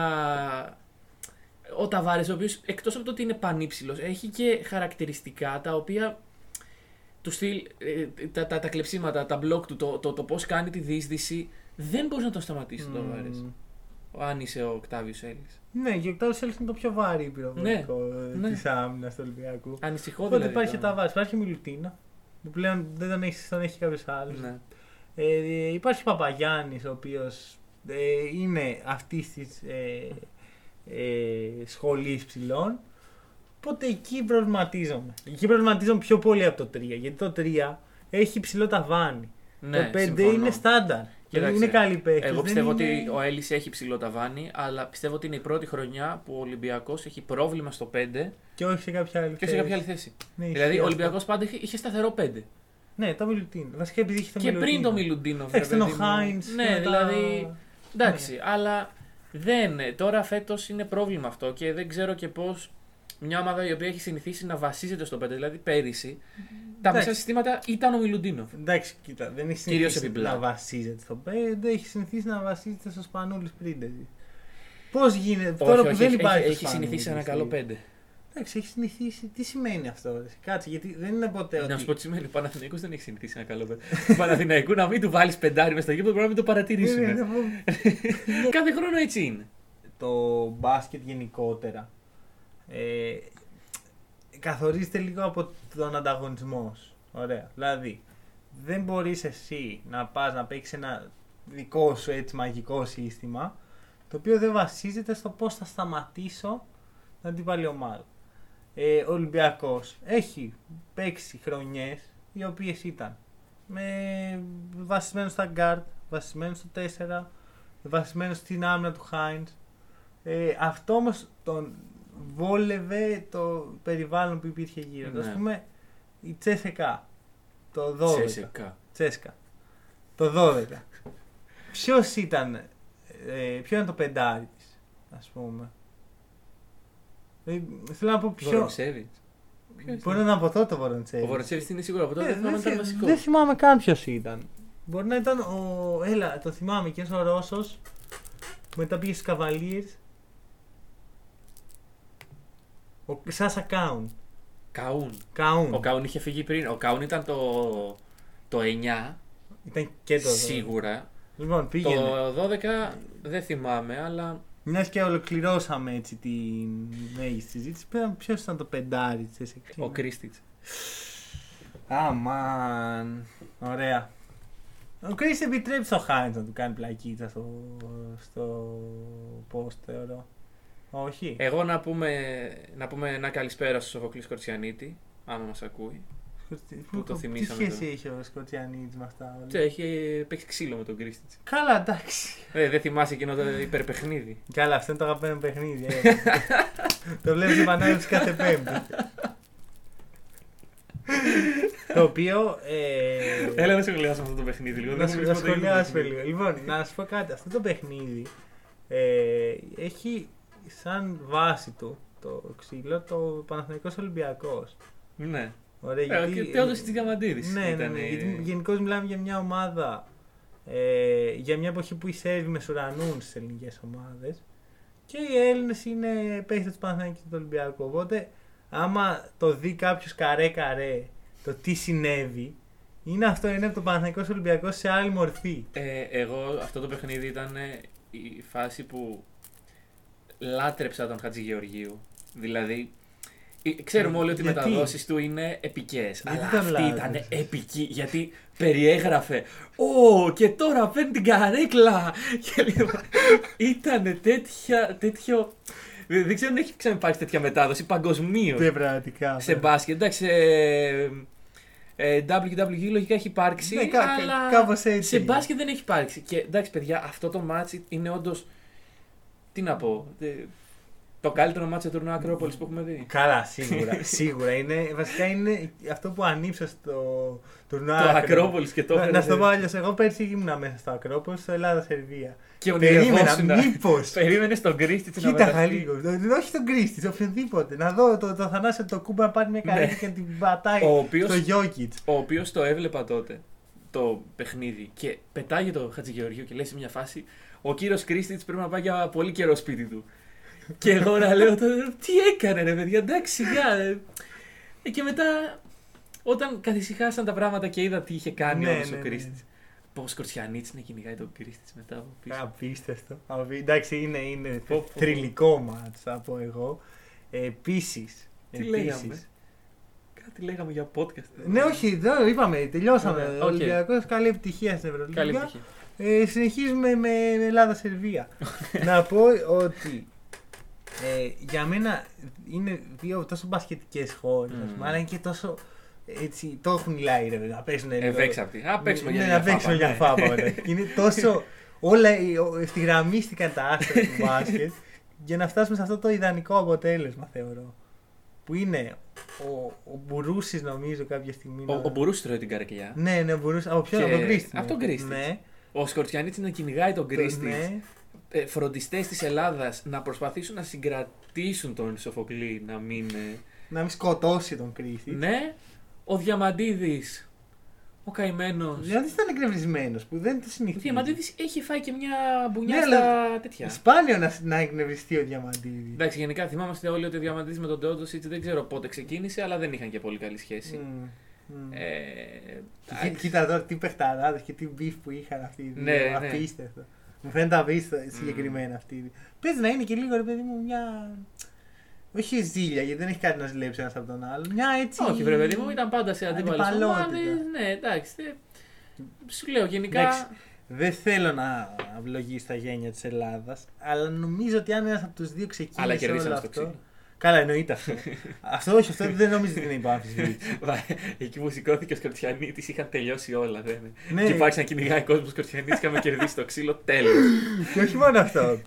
Ο Ταβάρε, ο οποίος εκτός από το ότι είναι πανύψηλος, έχει και χαρακτηριστικά τα οποία. Του στυλ, ε, τα, τα, τα κλεψίματα, τα μπλοκ του, το, το, το πώς κάνει τη δίσδυση, δεν μπορείς να τον σταματήσει τον Ταβάρες.
Μμμ.
Αν είσαι ο Οκτάβιος Έλλη.
Ναι, και ο Οκτάβιος Σέλφ είναι το πιο βαρύ πυροβολικό
ναι.
ναι. της άμυνας του Ολυμπιακού.
Ανησυχώ
Οπότε
δηλαδή.
υπάρχει
τώρα.
τα βάρη. Υπάρχει Μιλουτίνα. Που πλέον δεν τον έχεις, τον έχει κάποιος άλλος.
Ναι.
Ε, υπάρχει Παπαγιάννης, ο οποίος ε, είναι αυτής της ε, ε, σχολής ψηλών. Οπότε εκεί προβληματίζομαι. Εκεί προβληματίζομαι πιο πολύ από το 3. Γιατί το 3 έχει υψηλό ταβάνι.
Ναι,
το 5
συμφωνώ.
είναι στάνταρ.
Κοίταξε,
είναι καλή παίκτη.
Εγώ πιστεύω ότι ο Έλλης έχει ψηλό ταβάνι, αλλά πιστεύω ότι είναι η πρώτη χρονιά που ο Ολυμπιακός έχει πρόβλημα στο 5
Και όχι σε κάποια άλλη
και σε
θέση.
κάποια άλλη θέση.
Ναι,
δηλαδή
ισχύει
ο
αυτό.
Ολυμπιακός πάντα είχε, είχε σταθερό 5.
Ναι, το Μιλουτίν. Βασικά επειδή είχε το
και πριν το
Μιλουτίνο.
Μιλουντίνο,
Εντάξει,
βέβαια.
ήταν ο Χάιντ.
Ναι, δηλαδή. Εντάξει,
Ναι.
αλλά δεν. ε, Τώρα φέτος είναι πρόβλημα αυτό και δεν ξέρω και πώς μια ομάδα η οποία έχει συνηθίσει να βασίζεται στο 5, δηλαδή πέρυσι, τα
Εντάξει.
μισά συστήματα ήταν ο Μιλουντίνο.
Εντάξει, κοίτα, δεν έχει
Κυρίως
συνηθίσει
επιπλά.
να βασίζεται στο 5, έχει συνηθίσει να βασίζεται στο Σπανούλης Πρίντεζι. Πώς γίνεται, τώρα που δεν
έχει,
υπάρχει.
έχει,
το
έχει συνηθίσει ένα
Σπανούλης,
καλό
δηλαδή.
5.
Εντάξει, έχει συνηθίσει. Τι σημαίνει αυτό, ρε. Κάτσε, γιατί δεν είναι ποτέ.
Να
ότι-
σου πω τι σημαίνει. Ο Παναθηναϊκός δεν έχει συνηθίσει ένα καλό παιδί. Του Παναθηναϊκού να μην του βάλεις πεντάρι μες στο γήπεδο μπορεί να μην το παρατηρήσουν.
Ναι, ναι, ναι.
Κάθε χρόνο έτσι είναι.
το μπάσκετ γενικότερα ε, καθορίζεται λίγο από τον ανταγωνισμό. σου. Ωραία. Δηλαδή, δεν μπορείς εσύ να πας να παίξεις ένα δικό σου έτσι μαγικό σύστημα το οποίο δεν βασίζεται στο πώς θα σταματήσω την αντίπαλη ομάδα. Ε, ο Ολυμπιακός έχει παίξει χρονιές οι οποίες ήταν με, βασισμένος στα guard, βασισμένος στο 4, βασισμένος στην άμυνα του Χάιντ. Ε, αυτό όμως τον βόλευε το περιβάλλον που υπήρχε γύρω του.
Ναι.
Α πούμε η Τσέσεκα. Το 12.
Τσέσεκα.
Τσέσκα. Το 12. Ποιος ήταν. Ε, ποιο ήταν το πεντάρι της, ας πούμε. Ε, θέλω να πω ποιο.
Βοροντσέβιτ. Ποιος
Μπορεί να είναι
είναι?
από τότε το Βοροντσέβι.
Ο Βοροντσέβιτ είναι σίγουρα από τότε.
Ε,
Δεν θυμάμαι αν ήταν
θυ-
βασικός.
δεν θυμάμαι καν ποιος ήταν. Μπορεί να ήταν ο. Έλα, το θυμάμαι και ο Ρώσος. Μετά πήγε στους Καβαλίε. Ο Σάσα Κάουν.
Καούν.
Κάουν.
Ο Καούν είχε φύγει πριν. Ο Καούν ήταν το. Το 9
Ήταν και το.
σίγουρα.
Λοιπόν, πήγαινε.
Το 12 δεν θυμάμαι, αλλά
Μια και ολοκληρώσαμε έτσι την μέγιστη συζήτηση, ποιος ήταν το πεντάρι της ΕΣΕΚ.
ο Κρίστιτ.
Αμάν. Ωραία. Ο Κρι επιτρέπει στο Χάιντ να του κάνει πλακίτσα στο, στο post, θεωρώ. Όχι.
Εγώ να πούμε, να πούμε ένα καλησπέρα στο Σοφοκλής Κορτσιανίτη, άμα μας ακούει. που το θυμήσαμε
Τι
τώρα.
σχέση έχει ο Σκοτσιανίτης με αυτά όλα.
Τι, Έχει παίξει ξύλο με τον Κρίστιτ.
Καλά, εντάξει.
Ε, δεν θυμάσαι εκείνο το υπερπαιχνίδι.
Καλά, αυτό είναι το αγαπημένο παιχνίδι. ε. το βλέπεις επανάληψη κάθε Πέμπτη. το οποίο. Ε,
Έλα να σχολιάσουμε αυτό το παιχνίδι λίγο.
να
δεν
σου
έχουμε
να
πει ποτέ για το
σχολιάσουμε
παιχνίδι.
λίγο. Λοιπόν, να σου πω κάτι. Αυτό το παιχνίδι ε, έχει σαν βάση του το ξύλο το Παναθηναϊκός Ολυμπιακός.
Ναι.
Ωραία,
Ε,
γιατί-
Και Τέοντος της Διαμαντίδης.
Ναι, ναι,
ήταν
ναι.
η-
Γιατί γενικώς μιλάμε για μια ομάδα. Ε, για μια εποχή που οι Σέρβοι μεσουρανούν στις ελληνικές ομάδες. Και οι Έλληνες είναι παίχτε του Παναθηναϊκού και του Ολυμπιακού. Οπότε, άμα το δει κάποιος καρέ-καρέ το τι συνέβη, είναι αυτό. Είναι από το Παναθηναϊκός στο Ολυμπιακός σε άλλη μορφή.
Ε, εγώ αυτό το παιχνίδι ήταν ε, η φάση που λάτρεψα τον Χατζηγεωργίου. Δηλαδή, ε, ξέρουμε
Ναι,
όλοι ότι οι
γιατί?
μεταδόσεις του είναι επικές.
Γιατί
αλλά
τον
αυτή
λάτρεψες?
ήταν επική, γιατί περιέγραφε «Ω, και τώρα παίρνει την καρέκλα!» και λίγο... ήταν τέτοια, τέτοιο... Δεν ξέρω αν έχει ξαναυπάρξει τέτοια μετάδοση παγκοσμίως.
Ναι, πραγματικά.
σε μπάσκετ. Εντάξει, σε ε, WWE λογικά έχει υπάρξει.
Ναι, κά-
αλλά
κάπως έτσι
Σε
είναι.
μπάσκετ δεν έχει υπάρξει. Και εντάξει, παιδιά, αυτό το μάτσι είναι όντως. Τι να πω. ε, Το καλύτερο μάτσι του τουρνουά Ακρόπολης που έχουμε δει.
Καλά, σίγουρα. σίγουρα. Είναι, βασικά είναι αυτό που ανήψα στο τουρνουά.
το Ακρόπολης και το.
Να, να
έφερε.
στο πω αλλιώς. Εγώ πέρσι ήμουνα μέσα στο Ακρόπολης, στο Ελλάδα-Σερβία.
Και
Περίμενα,
ονειρευόσουνα.
μήπως.
Περίμενες στον Κρίστη να
Κοίταγα
βρεθεί.
λίγο. Ε, Όχι τον Κρίστη, οποιονδήποτε. Να δω το, το Θανάσιο το Κούμπα να πάρει μια
Ναι.
καρέκλα και την πατάει
Ο οποίος-
στο Γιώκητ.
ο οποίος το έβλεπα τότε το παιχνίδι και πετάγει το Χατζηγεωργίου και λέει σε μια φάση ο κύριος Κρίστιτ πρέπει να πάει για πολύ καιρό σπίτι του. και εγώ να λέω τότε, τι έκανε ρε παιδιά, εντάξει, γεια. ρε». Ε, και μετά όταν καθησυχάσαν τα πράγματα και είδα τι είχε κάνει
Ναι,
όλος
ναι, ναι.
ο Κρίστιτ. Πώ Κορτσιανίτς να κυνηγάει τον Κρίστιτ μετά από πίσω.
Απίστευτο. Απί- Εντάξει, είναι, είναι
Πω, πω.
θρηλυκό μάτς θα πω εγώ. Επίσης.
Τι λέγαμε. Κάτι λέγαμε για podcast.
Ναι, όχι, εδώ είπαμε, τελειώσαμε.
Ωραία,
Ο
Ναι, οκ.
Ολυμπιακός, καλή επιτυχία στην Ευρωλίγα.
Καλή επιτυχία.
Ε, συνεχίζουμε με Ελλάδα-Σερβία. να πω ότι Ε, για μένα είναι δύο τόσο μπασκετικές χώρες,
Mm.
αλλά είναι και τόσο. Έτσι, το έχουν λάει ρε, να παίζουν λίγο.
Ευέξαπτη. Α, Ε, παίξουμε για
Ναι,
μια
να παίξουμε
φάπα,
για
ναι.
φάπα. ρε. είναι τόσο. Όλα ε, ο- ευθυγραμμίστηκαν τα άστρα του μπάσκετ για να φτάσουμε σε αυτό το ιδανικό αποτέλεσμα, θεωρώ. Που είναι ο, ο Μπουρούσης, νομίζω, κάποια στιγμή.
Ο,
να-
ο Μπουρούς τρώει την καρκιά.
Ναι, ναι, ο Μπουρούσης. Από ποιον,
Και-
από τον Κρίστη.
από τον Κρίστιτς.
Ναι,
Ο Σκορτιανίτης να κυνηγάει τον Κρίστη.
ναι.
ε, φροντιστές της Ελλάδας να προσπαθήσουν να συγκρατήσουν τον Σοφοκλή να μην. ε,
Να μην σκοτώσει τον Κρίστη.
ναι, ο Διαμαντίδης. Ο καημένος.
Δηλαδή ήταν εκνευρισμένος που δεν το
Ο
συνηθίζει.
Διαμαντίδης έχει φάει και μια μπουνιά
Ναι,
στα
αλλά-
τέτοια.
Σπάνιο να, να εκνευριστεί ο Διαμαντίδης.
Εντάξει, γενικά θυμάμαστε όλοι ότι ο Διαμαντίδης με τον Τόντο δεν ξέρω πότε ξεκίνησε, αλλά δεν είχαν και πολύ καλή σχέση.
Μμμ, μμμ.
Ε,
Και
εντάξει.
κοί- Ναι. Κοίτα τώρα τι παιχταράδε και τι μπιφ που είχαν αυτοί. οι δύο.
Ναι, ναι.
Απίστευτο. Μου φαίνεται απίστευτο συγκεκριμένα αυτοί. οι δύο. Παίζει να είναι και λίγο ρε παιδί μου μια. Όχι ζήλια γιατί δεν έχει κάτι να ζηλέψει ένας από τον άλλον. Μια έτσι.
Όχι, βρε παιδί μου, ήταν πάντα σε αντίπαλο
Αντιπαλότητα.
ομάδες. Ναι, εντάξει. δε- Σου λέω γενικά.
Εντάξει, Δεν θέλω να ευλογήσει τα γένια της Ελλάδας, αλλά νομίζω ότι αν ένας από τους δύο ξεκίνησε.
Αλλά
όλο
κερδίσαμε στο
αυτό.
ξύλο.
Καλά, εννοείται αυτό. αυτό όχι, αυτό δεν νομίζω ότι είναι υπάμφιση.
Βα- Εκεί που σηκώθηκε ο Σκορτιανίτης είχαν τελειώσει όλα. Δεν.
Ναι.
Και υπάρχει να κυνηγάει κόσμος Σκορτιανίτης και με κερδίσει το ξύλο, τέλος.
Και όχι μόνο αυτό.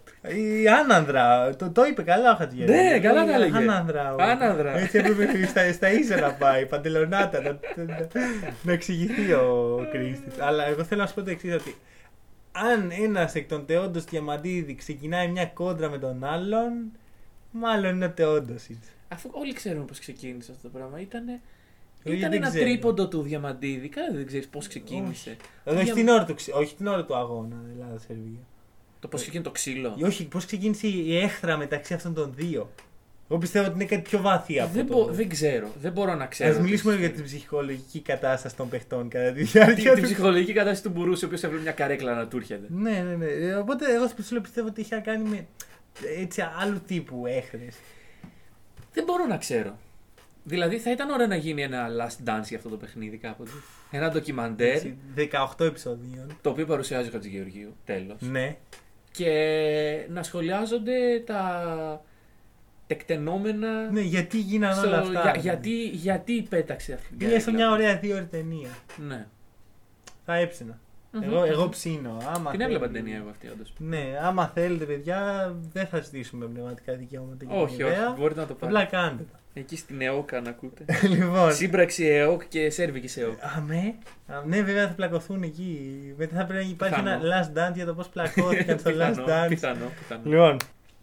Η Άνανδρα. Το, το είπε καλά ο Χατζιέρη.
Ναι, καλά τα έλεγε.
Άνανδρα. ο-
Άνανδρα.
Έτσι έπρεπε στα, στα ίσα να πάει. Παντελονάτα. να, να, να εξηγηθεί ο Κρίστη. Αλλά εγώ θέλω να σου πω το εξής. Ότι αν ένας εκ των Τεόντο Διαμαντίδη ξεκινάει μια κόντρα με τον άλλον, μάλλον είναι ο Τεόντο.
Αφού όλοι ξέρουμε πώς ξεκίνησε αυτό το πράγμα. Ήτανε,
Όχι,
ήταν
δεν
ένα
ξέρω.
τρίποντο του Διαμαντίδη. Καλά δεν ξέρεις πώς ξεκίνησε.
Όχι,
Δια-
την ώρα του, ξε- όχι την ώρα του αγώνα δηλαδή, Ελλάδα-Σερβία.
Το πώς ξεκίνησε το ξύλο.
Ή Ε, Όχι, πώς ξεκίνησε η έχθρα μεταξύ αυτών των δύο. Εγώ πιστεύω ότι είναι κάτι πιο βαθύ από
Δεν,
το.
μπο- δεν ξέρω. Δεν μπορώ να ξέρω.
Ας μιλήσουμε
τις-
για την ψυχολογική κατάσταση των παιχτών κατά τη
την,
διάρκεια
την
του.
ψυχολογική κατάσταση του Μπουρούση, ο οποίος έβλεπε μια καρέκλα να του έρχεται.
Ναι, ναι, ναι. Ε, Οπότε εγώ στο ψηλό πιστεύω ότι είχε να κάνει με έτσι άλλου τύπου έχθρε.
Δεν μπορώ να ξέρω. Δηλαδή θα ήταν ώρα να γίνει ένα last dance για αυτό το παιχνίδι κάποτε. Ένα ντοκιμαντέρ
18 επεισοδίων.
το οποίο παρουσιάζει ο Χατζηγεωργίου. Τέλος.
Ναι.
και να σχολιάζονται τα τεκτενόμενα
ναι, γιατί γίνανε
στο-
όλα αυτά.
για-
ναι.
γιατί, γιατί πέταξε αυτή την
Πήγα σε
καρέκλα.
μια ωραία δύο ώρη ταινία.
Ναι.
Θα εψαινα
Μμμ.
Εγώ, εγώ ψήνω. Άμα
Την έβλεπα την
θέλετε-
ταινία εγώ αυτή όντως.
Ναι, άμα θέλετε, παιδιά, δεν θα ζητήσουμε πνευματικά δικαιώματα για την
Όχι,
ιδέα.
όχι, μπορείτε να το πάρετε.
Απλά κάντε τα.
Εκεί στην ΕΟΚΑ να ακούτε.
λοιπόν.
Σύμπραξη ΕΟΚ και Σέρβικη ΕΟΚ.
Αμέ. Α, Ναι, βέβαια θα πλακωθούν εκεί. Μετά θα πρέπει να υπάρχει
Πιθανό.
ένα last dance για το πώς πλακώθηκαν στο
Πιθανό,
last dance.
Πιθανό, πιθανό.
Λοιπόν,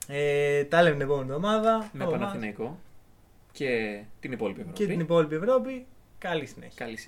ε, τα λέμε την επόμενη εβδομάδα.
Με
Από εμάς
Παναθηναϊκό και την υπόλοιπη
Και την
Ευρώπη.
υπόλοιπη Ευρώπη. Καλή συνέχεια.
Καλή συνέχεια.